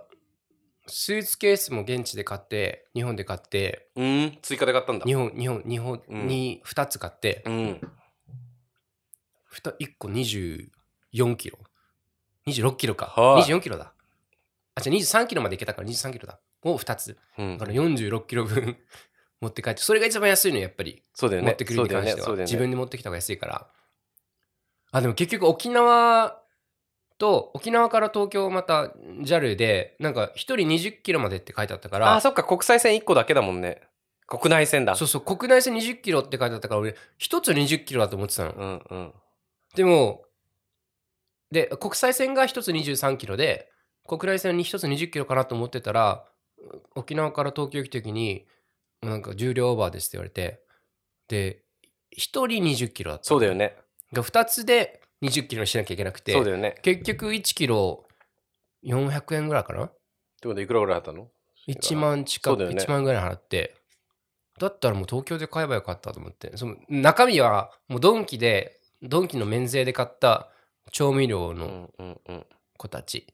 Speaker 2: スーツケースも現地で買って日本で買って
Speaker 1: うん、追加で買ったんだ
Speaker 2: 日。本日本日本
Speaker 1: うん
Speaker 2: に2つ買って、
Speaker 1: うん。
Speaker 2: ふた1個24キロ26キロか、
Speaker 1: はい
Speaker 2: 24キロだあじゃあ23キロまでいけたから23キロだを2つ
Speaker 1: うん
Speaker 2: だから46キロ分 持って帰ってそれが一番安いのよやっぱり
Speaker 1: そうだよね。
Speaker 2: 持ってくるに関して
Speaker 1: そう
Speaker 2: は、
Speaker 1: だよね。
Speaker 2: 自分で持ってきた方が安いからあでも結局沖縄と沖縄から東京また JAL でなんか1人20キロまでって書いてあったか
Speaker 1: あ
Speaker 2: ら
Speaker 1: あ、そっか、国際線1個だけだもんね。国内線だ。
Speaker 2: そうそう国内線20キロって書いてあったから俺1つ20キロだと思ってたの、
Speaker 1: うんうん。
Speaker 2: でもで国際線が1つ23キロで国内線に1つ20キロかなと思ってたら沖縄から東京行く時になんか重量オーバーですって言われてで1人20キロだった
Speaker 1: そうだよね。
Speaker 2: が2つで20キロにしなきゃいけなくて
Speaker 1: そうだよね。って
Speaker 2: 結局1キロ400円ぐらいかな
Speaker 1: ことでいくらぐらいあったの
Speaker 2: 1万近
Speaker 1: そう
Speaker 2: く、
Speaker 1: だよね
Speaker 2: 1万円ぐらい払ってだったらもう東京で買えばよかったと思ってその中身はもうドンキでドンキの免税で買った調味料
Speaker 1: う
Speaker 2: の
Speaker 1: んうんうん。
Speaker 2: 子たち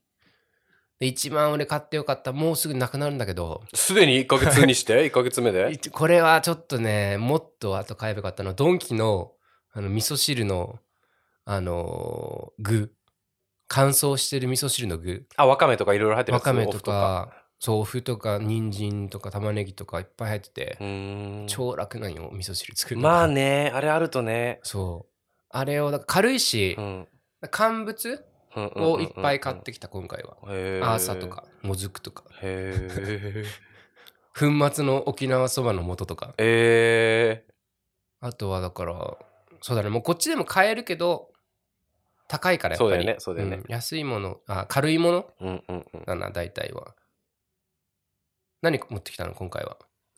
Speaker 2: で1万俺買ってよかったもうすぐなくなるんだけど
Speaker 1: すでに1ヶ月にして ?1 ヶ月目で
Speaker 2: これはちょっとねもっと後買えばよかったのはドンキのあの味噌汁のあのー具乾燥してる味噌汁の具
Speaker 1: あ、わかめとかいろいろ入ってる
Speaker 2: わ
Speaker 1: やつ
Speaker 2: かめと。
Speaker 1: 豆腐か
Speaker 2: か豆腐とか人参とか玉ねぎとかいっぱい入ってて、
Speaker 1: うーん。
Speaker 2: 超楽なんよ味噌汁作るのが
Speaker 1: まあね、あれあるとね。
Speaker 2: そうあれをだから軽いし、
Speaker 1: ん。
Speaker 2: 乾物をいっぱい買ってきた今回は、
Speaker 1: へー
Speaker 2: アーサと。かもずくとか
Speaker 1: へ
Speaker 2: 粉末の沖縄そばの素とか
Speaker 1: え。へ
Speaker 2: あとはだからそうだねもうこっちでも買えるけど高いからやっぱ
Speaker 1: そ
Speaker 2: り
Speaker 1: うだよねそうだよね
Speaker 2: ん安いものあ軽いもの
Speaker 1: ーうんうんうん。
Speaker 2: だな大体は何持ってきたの今回は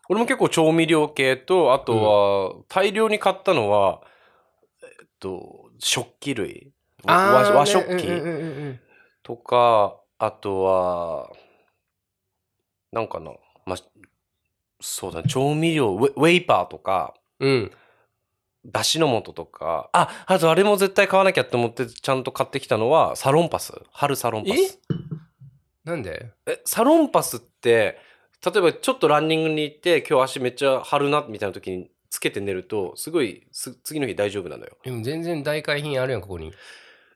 Speaker 1: 俺も結構調味料系と、あとは、大量に買ったのは、えっと、食器類。
Speaker 2: あー
Speaker 1: 和和
Speaker 2: ね
Speaker 1: 食器。
Speaker 2: うんうんうんうん
Speaker 1: とか、あとは、なんかな、まあ、そうだね、調味料、ウェウェイパーとか、
Speaker 2: うん。
Speaker 1: だしの素とか、あ、あとあれも絶対買わなきゃって思ってちゃんと買ってきたのは、サロンパス。春サロンパス。
Speaker 2: なんで
Speaker 1: えサロンパスって、例えばちょっとランニングに行って、今日足めっちゃ張るな、みたいな時につけて寝ると、すごいす次の日大丈夫なのよ。
Speaker 2: でも全然代替品あるやん、ここに。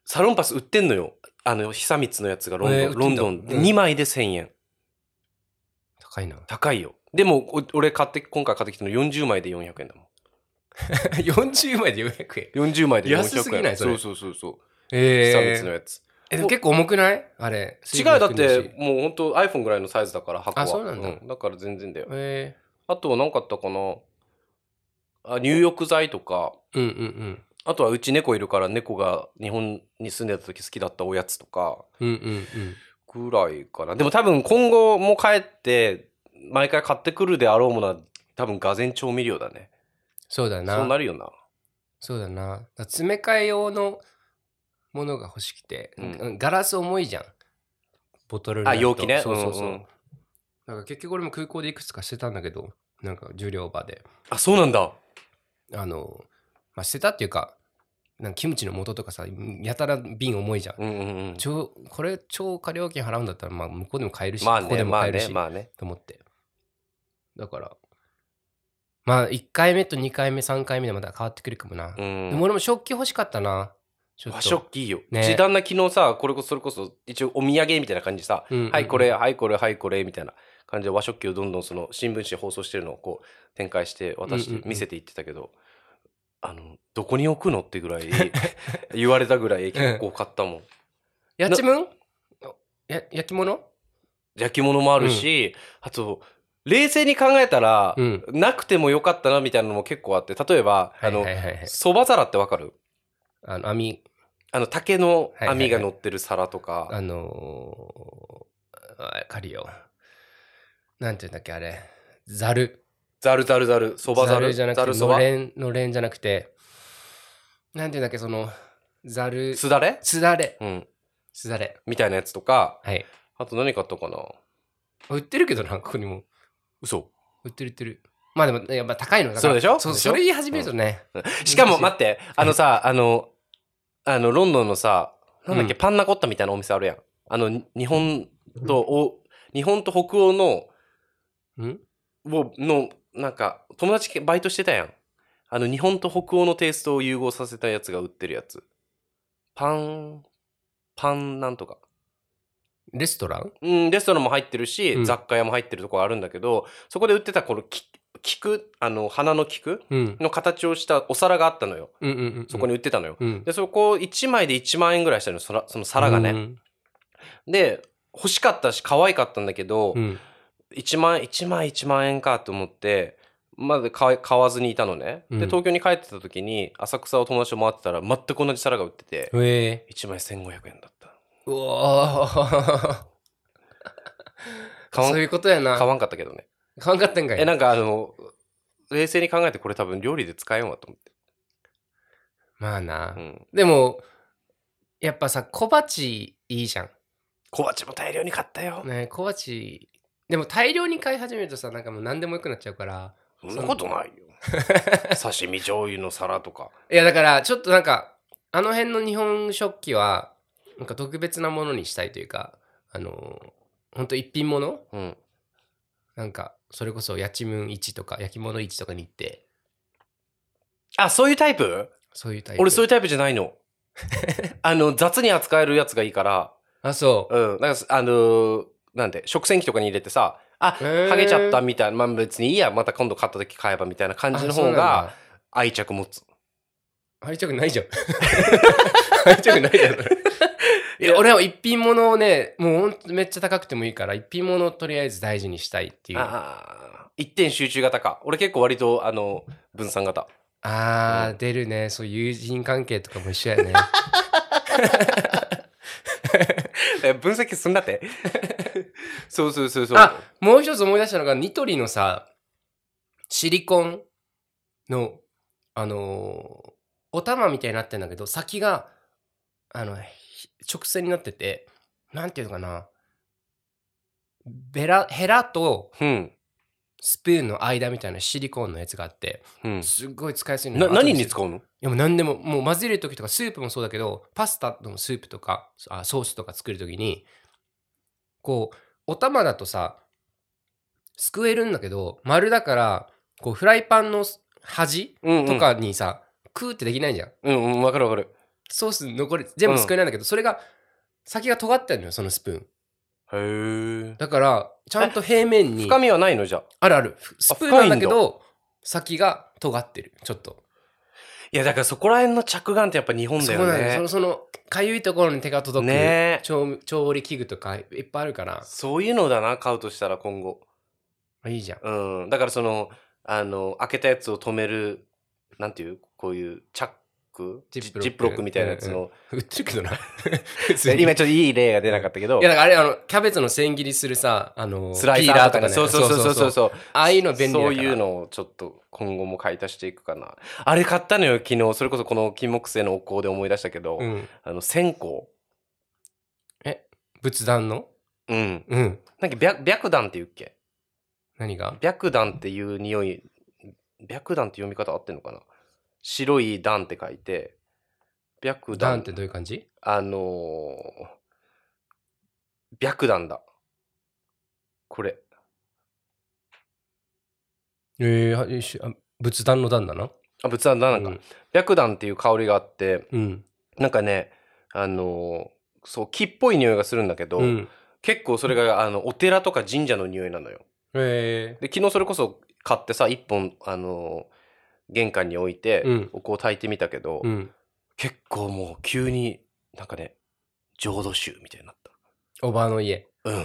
Speaker 1: サロンパス売ってんのよ。あの、久光のやつがロンドン。
Speaker 2: えー売ってんだ
Speaker 1: ロンドンで
Speaker 2: うん
Speaker 1: 2枚で1000円。。
Speaker 2: 高いな
Speaker 1: 高いよ。でも、お俺買って、今回買ってきたの40枚で400円だも
Speaker 2: 40枚で400円。
Speaker 1: ん。40枚で400円。
Speaker 2: 安すぎないそれ
Speaker 1: そうそうそうそう。久
Speaker 2: え
Speaker 1: 光のやつ。
Speaker 2: えでも結構重くないあれ。
Speaker 1: 違う、だって、もう本当 iPhone ぐらいのサイズだから、箱は。
Speaker 2: あそうなんだ
Speaker 1: だから全然だよ。
Speaker 2: え
Speaker 1: あとは何かあったかなあ、入浴剤とか、
Speaker 2: うんうん
Speaker 1: あとはうち猫いるから、猫が日本に住んでた時好きだったおやつとか、
Speaker 2: うん。うんうんうん。
Speaker 1: ぐらいかな。でも多分今後も帰って、毎回買ってくるであろうものは、多分がぜ調味料だね。
Speaker 2: そうだ
Speaker 1: そうな
Speaker 2: な。
Speaker 1: るよな。
Speaker 2: そうだな。だから詰め替え用のものが欲しくて、
Speaker 1: うん
Speaker 2: ガラス重いじゃん。ボトルにな
Speaker 1: あ、
Speaker 2: ると
Speaker 1: 容器ね。
Speaker 2: そうそうそう。
Speaker 1: んん
Speaker 2: なんか結局俺も空港でいくつかしてたんだけど、なんか重量オーバーで。
Speaker 1: あ、そうなんだ。
Speaker 2: あの、まあ、捨てたっていうか、なんかキムチの素とかさ、やたら瓶重いじゃん。
Speaker 1: うんうんうん。
Speaker 2: ちょこれ超過料金払うんだったら、まあ、向こうでも買えるし、
Speaker 1: まあ
Speaker 2: ここで
Speaker 1: ね、
Speaker 2: も
Speaker 1: まあ
Speaker 2: 買える
Speaker 1: ね
Speaker 2: し、、
Speaker 1: まあね。
Speaker 2: と思って。だから、まあ、1回目と2回目、3回目でまた変わってくるかもな。
Speaker 1: うん。
Speaker 2: でも俺も食器欲しかったな。ちょっと
Speaker 1: 和食器いいよ。
Speaker 2: ね
Speaker 1: うち旦那昨日さ、これこそ、それこそ、一応お土産みたいな感じでさ、
Speaker 2: うん うんうん
Speaker 1: はいこれ、はいこれ、はいこれ、みたいな感じで和食器をどんどんその新聞紙で放送してるのをこう展開して渡し
Speaker 2: うんうんう
Speaker 1: て
Speaker 2: ん
Speaker 1: 見せていってたけど、あの、どこに置くのってぐらい 言われたぐ らい結構買ったもん。
Speaker 2: やっちむんや焼き物
Speaker 1: 焼き物もあるし、あと、冷静に考えたら、
Speaker 2: うん
Speaker 1: なくてもよかったなみたいなのも結構あって、例えば、あの
Speaker 2: はい、はいはいはい、
Speaker 1: そば皿ってわかる
Speaker 2: あの網、
Speaker 1: あの、竹の
Speaker 2: はいはいはい
Speaker 1: 網が乗ってる皿とか。
Speaker 2: あのー、あ借りよう。なんていうんだっけ、あれ。ざる。
Speaker 1: ざるざるざる、そばざる、
Speaker 2: じゃな
Speaker 1: ざ
Speaker 2: く
Speaker 1: る
Speaker 2: て、
Speaker 1: そ
Speaker 2: の
Speaker 1: ば、
Speaker 2: れん、のれんじゃなくて、なんていうんだっけ、その、ざる、
Speaker 1: すだれ
Speaker 2: すだれ。
Speaker 1: うん。
Speaker 2: すだれ。
Speaker 1: みたいなやつとか、
Speaker 2: はい。
Speaker 1: あと何買ったかな
Speaker 2: 売ってるけどな、ここにも。
Speaker 1: 嘘。
Speaker 2: 売ってる売ってる。まあでも、やっぱ高いのだか
Speaker 1: そ
Speaker 2: ら
Speaker 1: うでしょ
Speaker 2: そ
Speaker 1: でしょ
Speaker 2: それ言い始めるとね。
Speaker 1: しかも
Speaker 2: 難しい
Speaker 1: 待って、あのさ、あの、あの、ロンドンのさ、なんだっけ、
Speaker 2: う
Speaker 1: パンナコッタみたいなお店あるやん。あの、に日本と、お、日本と北欧の、
Speaker 2: うん
Speaker 1: を、の、なんか、友達バイトしてたやん。あの、日本と北欧のテイストを融合させたやつが売ってるやつ。パン、パンなんとか。
Speaker 2: レストラン
Speaker 1: うん、レストランも入ってるし、
Speaker 2: うん
Speaker 1: 雑貨屋も入ってるとこあるんだけど、そこで売ってたこのき菊、あの、花の菊
Speaker 2: うん。
Speaker 1: の形をしたお皿があったのよ。
Speaker 2: うんうんうん。
Speaker 1: そこに売ってたのよ。
Speaker 2: うん、
Speaker 1: で、そこ1枚で1万円ぐらいしたのよ、そらその皿がね。で、欲しかったし、可愛かったんだけど、
Speaker 2: うん。うん。
Speaker 1: 1万、1枚1万円かと思って、まだ買え買わずにいたのね。
Speaker 2: うん
Speaker 1: で、東京に帰ってた時に、浅草を友達と回ってたら、全く同じ皿が売ってて、
Speaker 2: うえ
Speaker 1: 1枚1500円だった。
Speaker 2: ー。うおー
Speaker 1: 買わ
Speaker 2: そうんいうことやな。
Speaker 1: 買わんかったけどね。
Speaker 2: 買わんかったんかい。
Speaker 1: え、なんかあの、冷静に考えてこれ多分料理で使えんわと思って。
Speaker 2: まあな。
Speaker 1: うん。
Speaker 2: でも、やっぱさ、小鉢いいじゃん。
Speaker 1: 小鉢も大量に買ったよ。
Speaker 2: ね、小鉢、でも大量に買い始めるとさ、なんかもう何でもよくなっちゃうから。
Speaker 1: そんなことないよ。刺身醤油の皿とか。
Speaker 2: いや、だから、ちょっとなんか、あの辺の日本食器は、なんか特別なものにしたいというか、あのー、ほんと一品物
Speaker 1: うん。
Speaker 2: なんか、それこそ、やちむん市とか、焼き物市とかに行って、
Speaker 1: あ、そういうタイプ
Speaker 2: そういうタイプ。
Speaker 1: 俺そういう
Speaker 2: う
Speaker 1: タイプじゃないの。あの、雑に扱えるやつがいいから、
Speaker 2: あ、そ
Speaker 1: うん。なんか、あのーなんで、食洗機とかに入れてさ、あ、
Speaker 2: う。へー
Speaker 1: 剥げちゃったみたいな、まあ別にいいや、また今度買った時買えばみたいな感じの方、
Speaker 2: あそうなん
Speaker 1: が
Speaker 2: だ
Speaker 1: 愛着持つ。
Speaker 2: 入りたくないじゃん。入りたくないじゃん、それ。いや俺は一品物をね、もうほんとめっちゃ高くてもいいから、一品物をとりあえず大事にしたいっていう。あ
Speaker 1: ああ、一点集中型か。俺結構割と、あの、分散型。
Speaker 2: あー、出るね。そう、友人関係とかも一緒やね。
Speaker 1: え分析すんだって。そうそうそうそう。
Speaker 2: あ、もう一つ思い出したのが、ニトリのさ、シリコンの、あのーお玉みたいになってんだけど、先が、あの、ひ直線になってて、なんていうのかな。ベラ、ヘラと、
Speaker 1: うん。
Speaker 2: スプーンの間みたいなシリコンのやつがあって、
Speaker 1: うん。
Speaker 2: すっごい使いやすいの
Speaker 1: な、
Speaker 2: よ
Speaker 1: 何に
Speaker 2: う
Speaker 1: 使うの
Speaker 2: いやもう何でも、もう混ぜるときとか、スープもそうだけど、パスタのスープとか、あソースとか作るときに、こう、お玉だとさ、すくえるんだけど、丸だから、こう、フライパンの端
Speaker 1: うん、
Speaker 2: と。かにさ、クーってできないじゃん。
Speaker 1: うんうん、わかるわかる。
Speaker 2: ソース残り、全部すくえないんだけど、それが、先が尖ってんのよ、そのスプーン。
Speaker 1: へえ。
Speaker 2: だから、ちゃんと平面に、
Speaker 1: 深みはないのじゃあ。
Speaker 2: あるある。スプーンなんだけど、先が尖ってる、ちょっと。
Speaker 1: いや、だからそこら辺の着眼ってやっぱ日本だ
Speaker 2: そう
Speaker 1: よ
Speaker 2: なんよその
Speaker 1: ね。
Speaker 2: そのかゆいところに手が届く、
Speaker 1: ねえ
Speaker 2: 調調理器具とかいっぱいあるから
Speaker 1: そういうのだな、買うとしたら今後。
Speaker 2: いいじゃん
Speaker 1: うん。だからその、あの、開けたやつを止める、なんていうこういうチャック
Speaker 2: ジップロック
Speaker 1: ップロックみたいなやつの。
Speaker 2: 売ってるけど な
Speaker 1: え今ちょっといい例が出なかったけど
Speaker 2: いや。だからあれあのキャベツの千切りするさあの
Speaker 1: スライサーとか
Speaker 2: ピ
Speaker 1: ね。そうそうそうそうそうそう。
Speaker 2: ああいうの便利だから
Speaker 1: そういうのをちょっと今後も買い足していくかな。あれ買ったのよ、昨日。それこそこの金木犀のお香で思い出したけど、
Speaker 2: うん、
Speaker 1: あの、線香。
Speaker 2: 仏壇の
Speaker 1: うん。
Speaker 2: うん
Speaker 1: なんか白、白檀って言うっけ
Speaker 2: 何が
Speaker 1: 白檀っていう匂い、白檀って読み方合ってんのかな白い段って書いて、白
Speaker 2: ダ
Speaker 1: 段
Speaker 2: ンってどういう感じ
Speaker 1: あのー、白弾だ。これ。
Speaker 2: えーはえしあ仏壇の段なの
Speaker 1: あ、仏壇だ、なんか。白弾っていう香りがあって、
Speaker 2: うん。
Speaker 1: なんかね、あのーそう、木っぽい匂いがするんだけど、
Speaker 2: うん。
Speaker 1: 結構それが、あの、お寺とか神社の匂いなのよ。
Speaker 2: え
Speaker 1: で、昨日それこそ買ってさ、一本、あのー玄関に置いて、
Speaker 2: うん
Speaker 1: お香を焚いてみたけど、
Speaker 2: ーうん。
Speaker 1: 結構もう急になんかね、浄土宗みたいになっ
Speaker 2: おばあの家。
Speaker 1: た。うん。
Speaker 2: は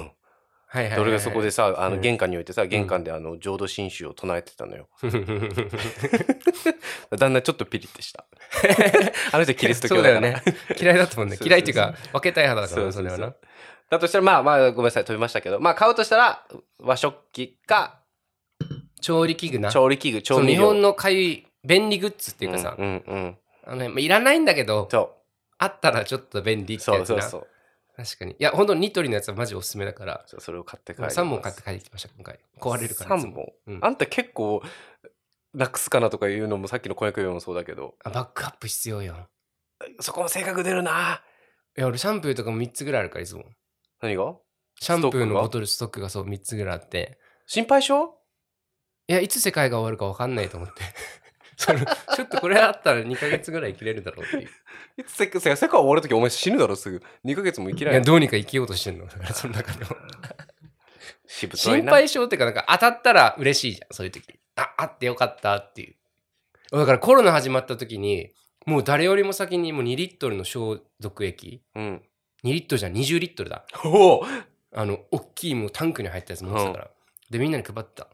Speaker 2: いはいはいはい。
Speaker 1: で俺がそこでさ、あ
Speaker 2: う
Speaker 1: の
Speaker 2: ん
Speaker 1: 玄関に置いてさ、玄関であの浄土真宗を唱えてたの よ。 だんだんちょっとピリってした。 あの人キリスト
Speaker 2: そ
Speaker 1: 教
Speaker 2: うだ
Speaker 1: だか
Speaker 2: よ
Speaker 1: ら
Speaker 2: ね。嫌いだったもんね。
Speaker 1: そうそうそう
Speaker 2: 嫌いっていうか、分けたい派だからね、
Speaker 1: そ
Speaker 2: そ
Speaker 1: そ
Speaker 2: うれ
Speaker 1: うそう
Speaker 2: はな。
Speaker 1: だとしたら、まあまあ、ごめんなさい、飛びましたけど、まあ買うとしたら、和食器か、
Speaker 2: 調理器具な。
Speaker 1: 調理器具、調
Speaker 2: そう
Speaker 1: 味
Speaker 2: 日
Speaker 1: 料。
Speaker 2: 本のかゆい便利グッズっていうかさ、
Speaker 1: うんうんうん。
Speaker 2: あのねまあいらないんだけど、
Speaker 1: そ
Speaker 2: あったらちょっと便利
Speaker 1: う、
Speaker 2: って
Speaker 1: そ
Speaker 2: や
Speaker 1: う
Speaker 2: つ
Speaker 1: そう
Speaker 2: な。
Speaker 1: そう。
Speaker 2: 確かに。いや、本当にニトリのやつはマジおすすめだから、
Speaker 1: そうそれを買って帰
Speaker 2: 3本買って帰ってきました、今回。壊れるから。いつ
Speaker 1: 3
Speaker 2: も
Speaker 1: 本。
Speaker 2: うん
Speaker 1: あんた結構、なくすかなとかいうのもさっきの婚約用もそうだけど、
Speaker 2: あバックアップ必要よ。
Speaker 1: そこも性格出るない
Speaker 2: や、俺シャンプーとかも3つぐらいあるから、いつも。
Speaker 1: 何が
Speaker 2: シャンプー
Speaker 1: ストック
Speaker 2: の
Speaker 1: が
Speaker 2: ボトルストックがそう3つぐらいあって、
Speaker 1: 心配性
Speaker 2: いや、いつ世界が終わるか分かんないと思って。 そのちょっとこれあったら2ヶ月ぐらい生きれるだろうっていう。
Speaker 1: いつせっか世界終わるときお前死ぬだろすぐ。2ヶ月も生き
Speaker 2: い
Speaker 1: られ
Speaker 2: や、
Speaker 1: ない。
Speaker 2: どうにか生きようとしてんの。だ からその中 でも。
Speaker 1: しぶとい
Speaker 2: 心
Speaker 1: な
Speaker 2: 配性っていうか、なんか当たったら嬉しいじゃん、そういう時。あ、あってよかったっていう。だからコロナ始まった時に、もう誰よりも先にもう2リットルの消毒液、
Speaker 1: うん。
Speaker 2: 2リットルじゃん、20リットルだ。
Speaker 1: おお
Speaker 2: あの、大きいもうタンクに入ったやつ持ってたから。で、みんなに配ってた。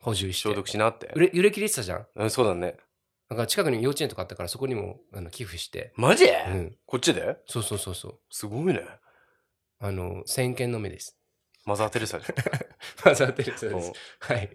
Speaker 2: 補充して。
Speaker 1: 消毒しなって
Speaker 2: 売。れ揺れ切れてたじゃん。
Speaker 1: うん、そうだね。
Speaker 2: なんか近くに幼稚園とかあったから、そこにもあの寄付して。
Speaker 1: マジ
Speaker 2: うん。
Speaker 1: こっちで
Speaker 2: そうそうそうそう。
Speaker 1: すごいね。
Speaker 2: あの、先見の目です。
Speaker 1: マザー・テ レサじゃん。
Speaker 2: マザー・テレサで
Speaker 1: うん
Speaker 2: す。はい。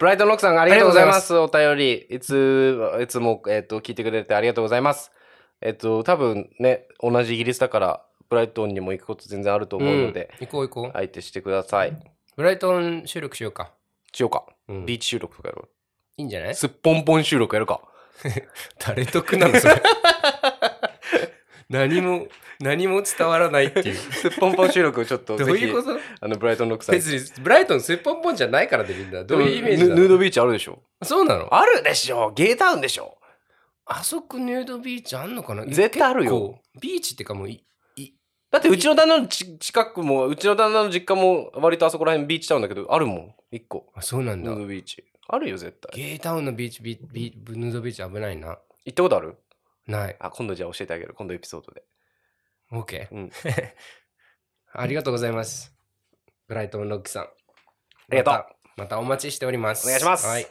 Speaker 1: ブライトン・ロックさんありが
Speaker 2: が
Speaker 1: と
Speaker 2: と
Speaker 1: うご
Speaker 2: うご
Speaker 1: ざ
Speaker 2: ざ
Speaker 1: い
Speaker 2: い
Speaker 1: ま。
Speaker 2: ます
Speaker 1: お便り、いつ、いつも、えっ、と、聞いてくれてありがとうございます。えっ、と、多分ね、同じイギリスだから、ブライトンにも行くこと全然あると思うので、
Speaker 2: うん行こう行こう。
Speaker 1: 相手してください。
Speaker 2: ブライトン収録しようか。
Speaker 1: しようか。
Speaker 2: うん
Speaker 1: ビ
Speaker 2: い
Speaker 1: ーチ収録とかやろ
Speaker 2: いんじゃな
Speaker 1: う。
Speaker 2: い
Speaker 1: すっぽんぽん収録やるか。
Speaker 2: 誰得なのそれ。 何も、何も伝わらないって いう。
Speaker 1: すっぽんぽん収録をちょっと、
Speaker 2: ど
Speaker 1: ぜ
Speaker 2: う
Speaker 1: ひ
Speaker 2: いうこと
Speaker 1: あの、ブライトン・ロックさんに
Speaker 2: 別に、ブライトンすっぽんぽんじゃないからでみんな。どういうイメージ
Speaker 1: ヌ
Speaker 2: な
Speaker 1: ヌー
Speaker 2: の
Speaker 1: ドビーチあるでしょ
Speaker 2: そうなのあ
Speaker 1: あるでしょゲータウンでしょ
Speaker 2: あそこヌードビーチあんのかな
Speaker 1: 絶対あるよ。
Speaker 2: 結構ビーチってかもうい、
Speaker 1: だってうちの旦那のち近くもうちの旦那の実家も割とあそこら辺ビーチタウンだけどあるもん一個
Speaker 2: あ、そうなん
Speaker 1: ヌ
Speaker 2: だ
Speaker 1: ー。ドビーチあるよ絶対
Speaker 2: ゲータウンのビーチ、ビビヌードビーチ危ないな。
Speaker 1: 行ったことある
Speaker 2: ない。
Speaker 1: あ今度じゃあ教えてあげる今度エピソードで
Speaker 2: OK。
Speaker 1: うん
Speaker 2: ありがとうございます。ブライトンロックさん。あ
Speaker 1: りがとう
Speaker 2: また。またお待ちしております。
Speaker 1: お願いします
Speaker 2: はい。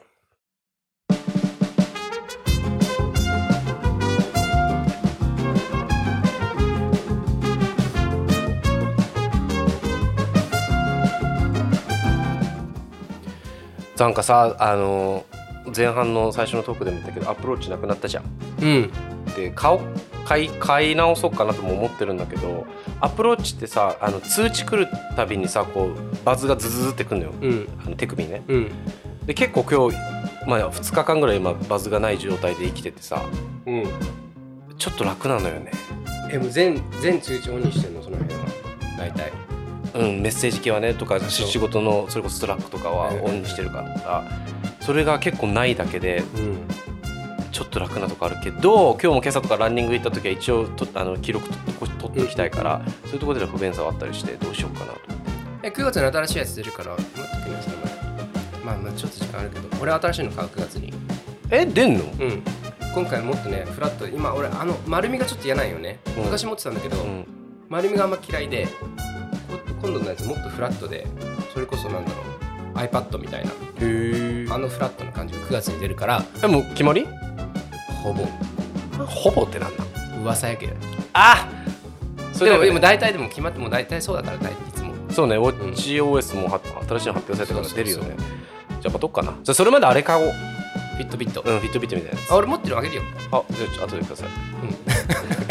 Speaker 1: なんかさあのー前半の最初のトークでも言ったけどアプローチなくなったじゃん
Speaker 2: うん。
Speaker 1: で顔買い買い直そうかなとも思ってるんだけどアプローチってさあの通知来るたびにさこうバズがズズズってくるのよ
Speaker 2: うん。
Speaker 1: あの手首にね
Speaker 2: うん。
Speaker 1: で結構今日、まあ、2日間ぐらい今バズがない状態で生きててさ
Speaker 2: うん。
Speaker 1: ちょっと楽なのよね
Speaker 2: え、もう全、全通知オンにしてんの、その辺は。大体。
Speaker 1: うん、メッセージ系はねとか
Speaker 2: そう
Speaker 1: し仕事のそれこそスラックとかは
Speaker 2: うん
Speaker 1: オンにしてるからそれが結構ないだけで
Speaker 2: うん。
Speaker 1: ちょっと楽なとこあるけど今日も今朝とかランニング行った時は一応とあの記録とこ取っておきたいから、そういうところでの不便さはあったりしてどうしようかなと
Speaker 2: え、9月に新しいやつ出るから、待ってください、まあまあ、ちょっと時間あるけど、俺は新しいの買う、9月に。
Speaker 1: え出んの
Speaker 2: うん。今回もっとね、フラット、今、俺、あの、丸みがちょっと嫌なんよね。
Speaker 1: うん
Speaker 2: 昔持ってたんだけど、
Speaker 1: うん
Speaker 2: 丸みがあんま嫌いでこ今度のやつもっとフラットでそれこそなんだろう iPad みたいな
Speaker 1: へ
Speaker 2: あのフラットな感じが9月に出るから
Speaker 1: えもう決まり
Speaker 2: ほぼ
Speaker 1: ほぼってなんだ
Speaker 2: 噂やけど
Speaker 1: あそれ
Speaker 2: で
Speaker 1: で
Speaker 2: も
Speaker 1: も
Speaker 2: でも大体でも決まってもう大体そうだから大体いつも
Speaker 1: そうね、ウォッチ OS もは新しいの発表されてから
Speaker 2: そうそ
Speaker 1: 出
Speaker 2: う
Speaker 1: るよ
Speaker 2: そう
Speaker 1: ね。じゃあ、まとっかな。じゃあ、それまであれ買おう。
Speaker 2: フィットビット、
Speaker 1: うん、フィットビットみたいなやつ。
Speaker 2: あ俺持ってるあげるよ
Speaker 1: あ、じゃあ、ちょ後でください。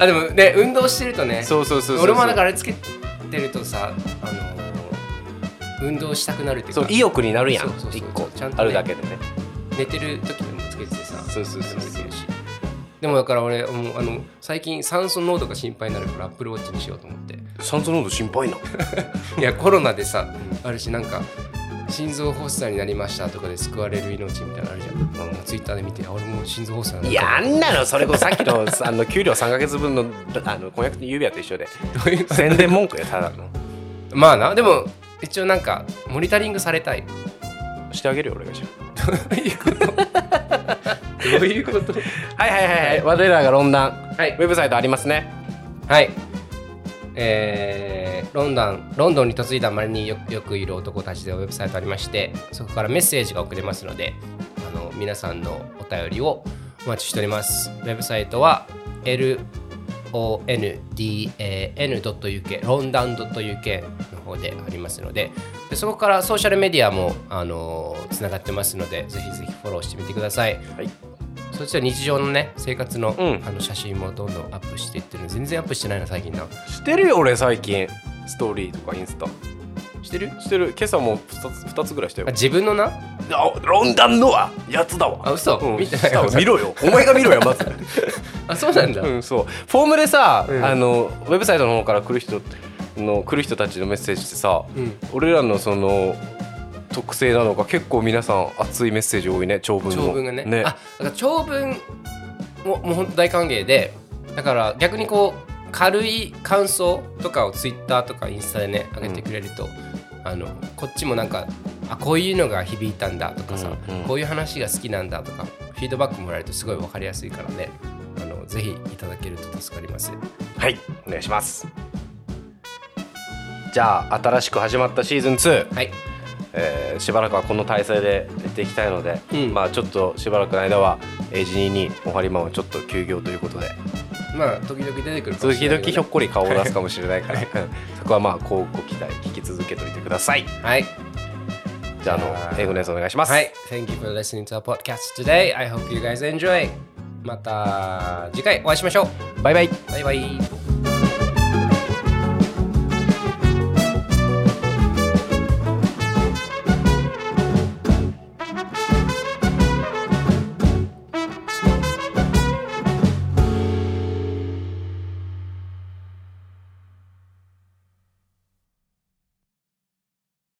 Speaker 2: あでもね運動してるとね
Speaker 1: そうそうそうそう。、
Speaker 2: 俺もだかららあれつけてるとさあのー運動したくなるっていう
Speaker 1: そ
Speaker 2: か
Speaker 1: う、意欲になるやん。
Speaker 2: そうそうそう
Speaker 1: 一個
Speaker 2: ちゃんと、ね
Speaker 1: あるだけでね。
Speaker 2: 寝てる時でもつ月でさ
Speaker 1: そうそうそうそう
Speaker 2: でもできるしでもだから俺もうあの最近酸素濃度が心配になるからアップルウォッチにしようと思って
Speaker 1: 酸素濃度心配ない
Speaker 2: やコロナでさあるしなんか心臓発作になりましたとかで救われる命みたいなのあるじゃん、ツイッターで見てあ俺もう心臓発作
Speaker 1: い
Speaker 2: に
Speaker 1: や
Speaker 2: な
Speaker 1: あ
Speaker 2: る
Speaker 1: んなのそれこそさっきの あの給料3か月分のあの婚約の指輪と一 緒で
Speaker 2: どういう
Speaker 1: 宣伝文句やただの
Speaker 2: まあなでも一応なんかモニタリングされたい
Speaker 1: してあげるよ俺がじゃ
Speaker 2: どういうことどういうこと
Speaker 1: あはいはいはいはい我らが論壇
Speaker 2: はい
Speaker 1: ウェブサイトありますね
Speaker 2: はい。えーロンドンロンドンに嫁いだまでによよくいる男たちでウェブサイトありましてそこからメッセージが送れますのであの皆さんのお便りをお待ちしておりますウェブサイトは londan.uk ロンダン .uk の方でありますのででそこからソーシャルメディアも、あのつながってますのでぜひぜひフォローしてみてください
Speaker 1: はい
Speaker 2: そっちは日常のね生活の,、
Speaker 1: うん
Speaker 2: あの写真もどんどんアップしていってる全然アップしてないな最近な
Speaker 1: してるよ俺最近ストーリーとかインスタ
Speaker 2: してる
Speaker 1: してる今朝も 2, つ二つぐらいしたよ
Speaker 2: あ自分のな
Speaker 1: あ論壇のはやつだわ
Speaker 2: あ嘘、
Speaker 1: うん
Speaker 2: 見てない
Speaker 1: 下 を見ろよお前が見ろよまず
Speaker 2: あそうなんだ、
Speaker 1: うんそうフォームでさ、
Speaker 2: うん
Speaker 1: あのウェブサイトの方から来る人の来る人たちのメッセージってさ、
Speaker 2: うん
Speaker 1: 俺らのその特性なのか結構皆さん熱いメッセージ多いね長文の
Speaker 2: 長文がねあだから長文ももう本当大歓迎でだから逆にこう軽い感想とかをツイッターとかインスタでね上げてくれると、あのこっちもなんかあこういうのが響いたんだとかさ、
Speaker 1: うんうん
Speaker 2: こういう話が好きなんだとかフィードバックもらえるとすごい分かりやすいからねあのぜひいただけると助かります
Speaker 1: はいお願いしますじゃあ新しく始まったシーズン2、
Speaker 2: はい
Speaker 1: えーしばらくはこの体制でやっていきたいので、
Speaker 2: うん
Speaker 1: まあちょっとしばらくの間は AG2 におはりマンをちょっと休業ということで
Speaker 2: まあ時々出てくるかもし
Speaker 1: 時
Speaker 2: れな
Speaker 1: 々
Speaker 2: いけどね
Speaker 1: ひょっこり顔を出すかもしれないからそこはまあこうご期待聞き続けておいてください
Speaker 2: はい
Speaker 1: じゃああの英語のやつお願いします、
Speaker 2: はい。Thank you for listening to our podcast today. I hope you guys enjoy. また次回お会いしましょう。
Speaker 1: バイバイ
Speaker 2: バイバイ。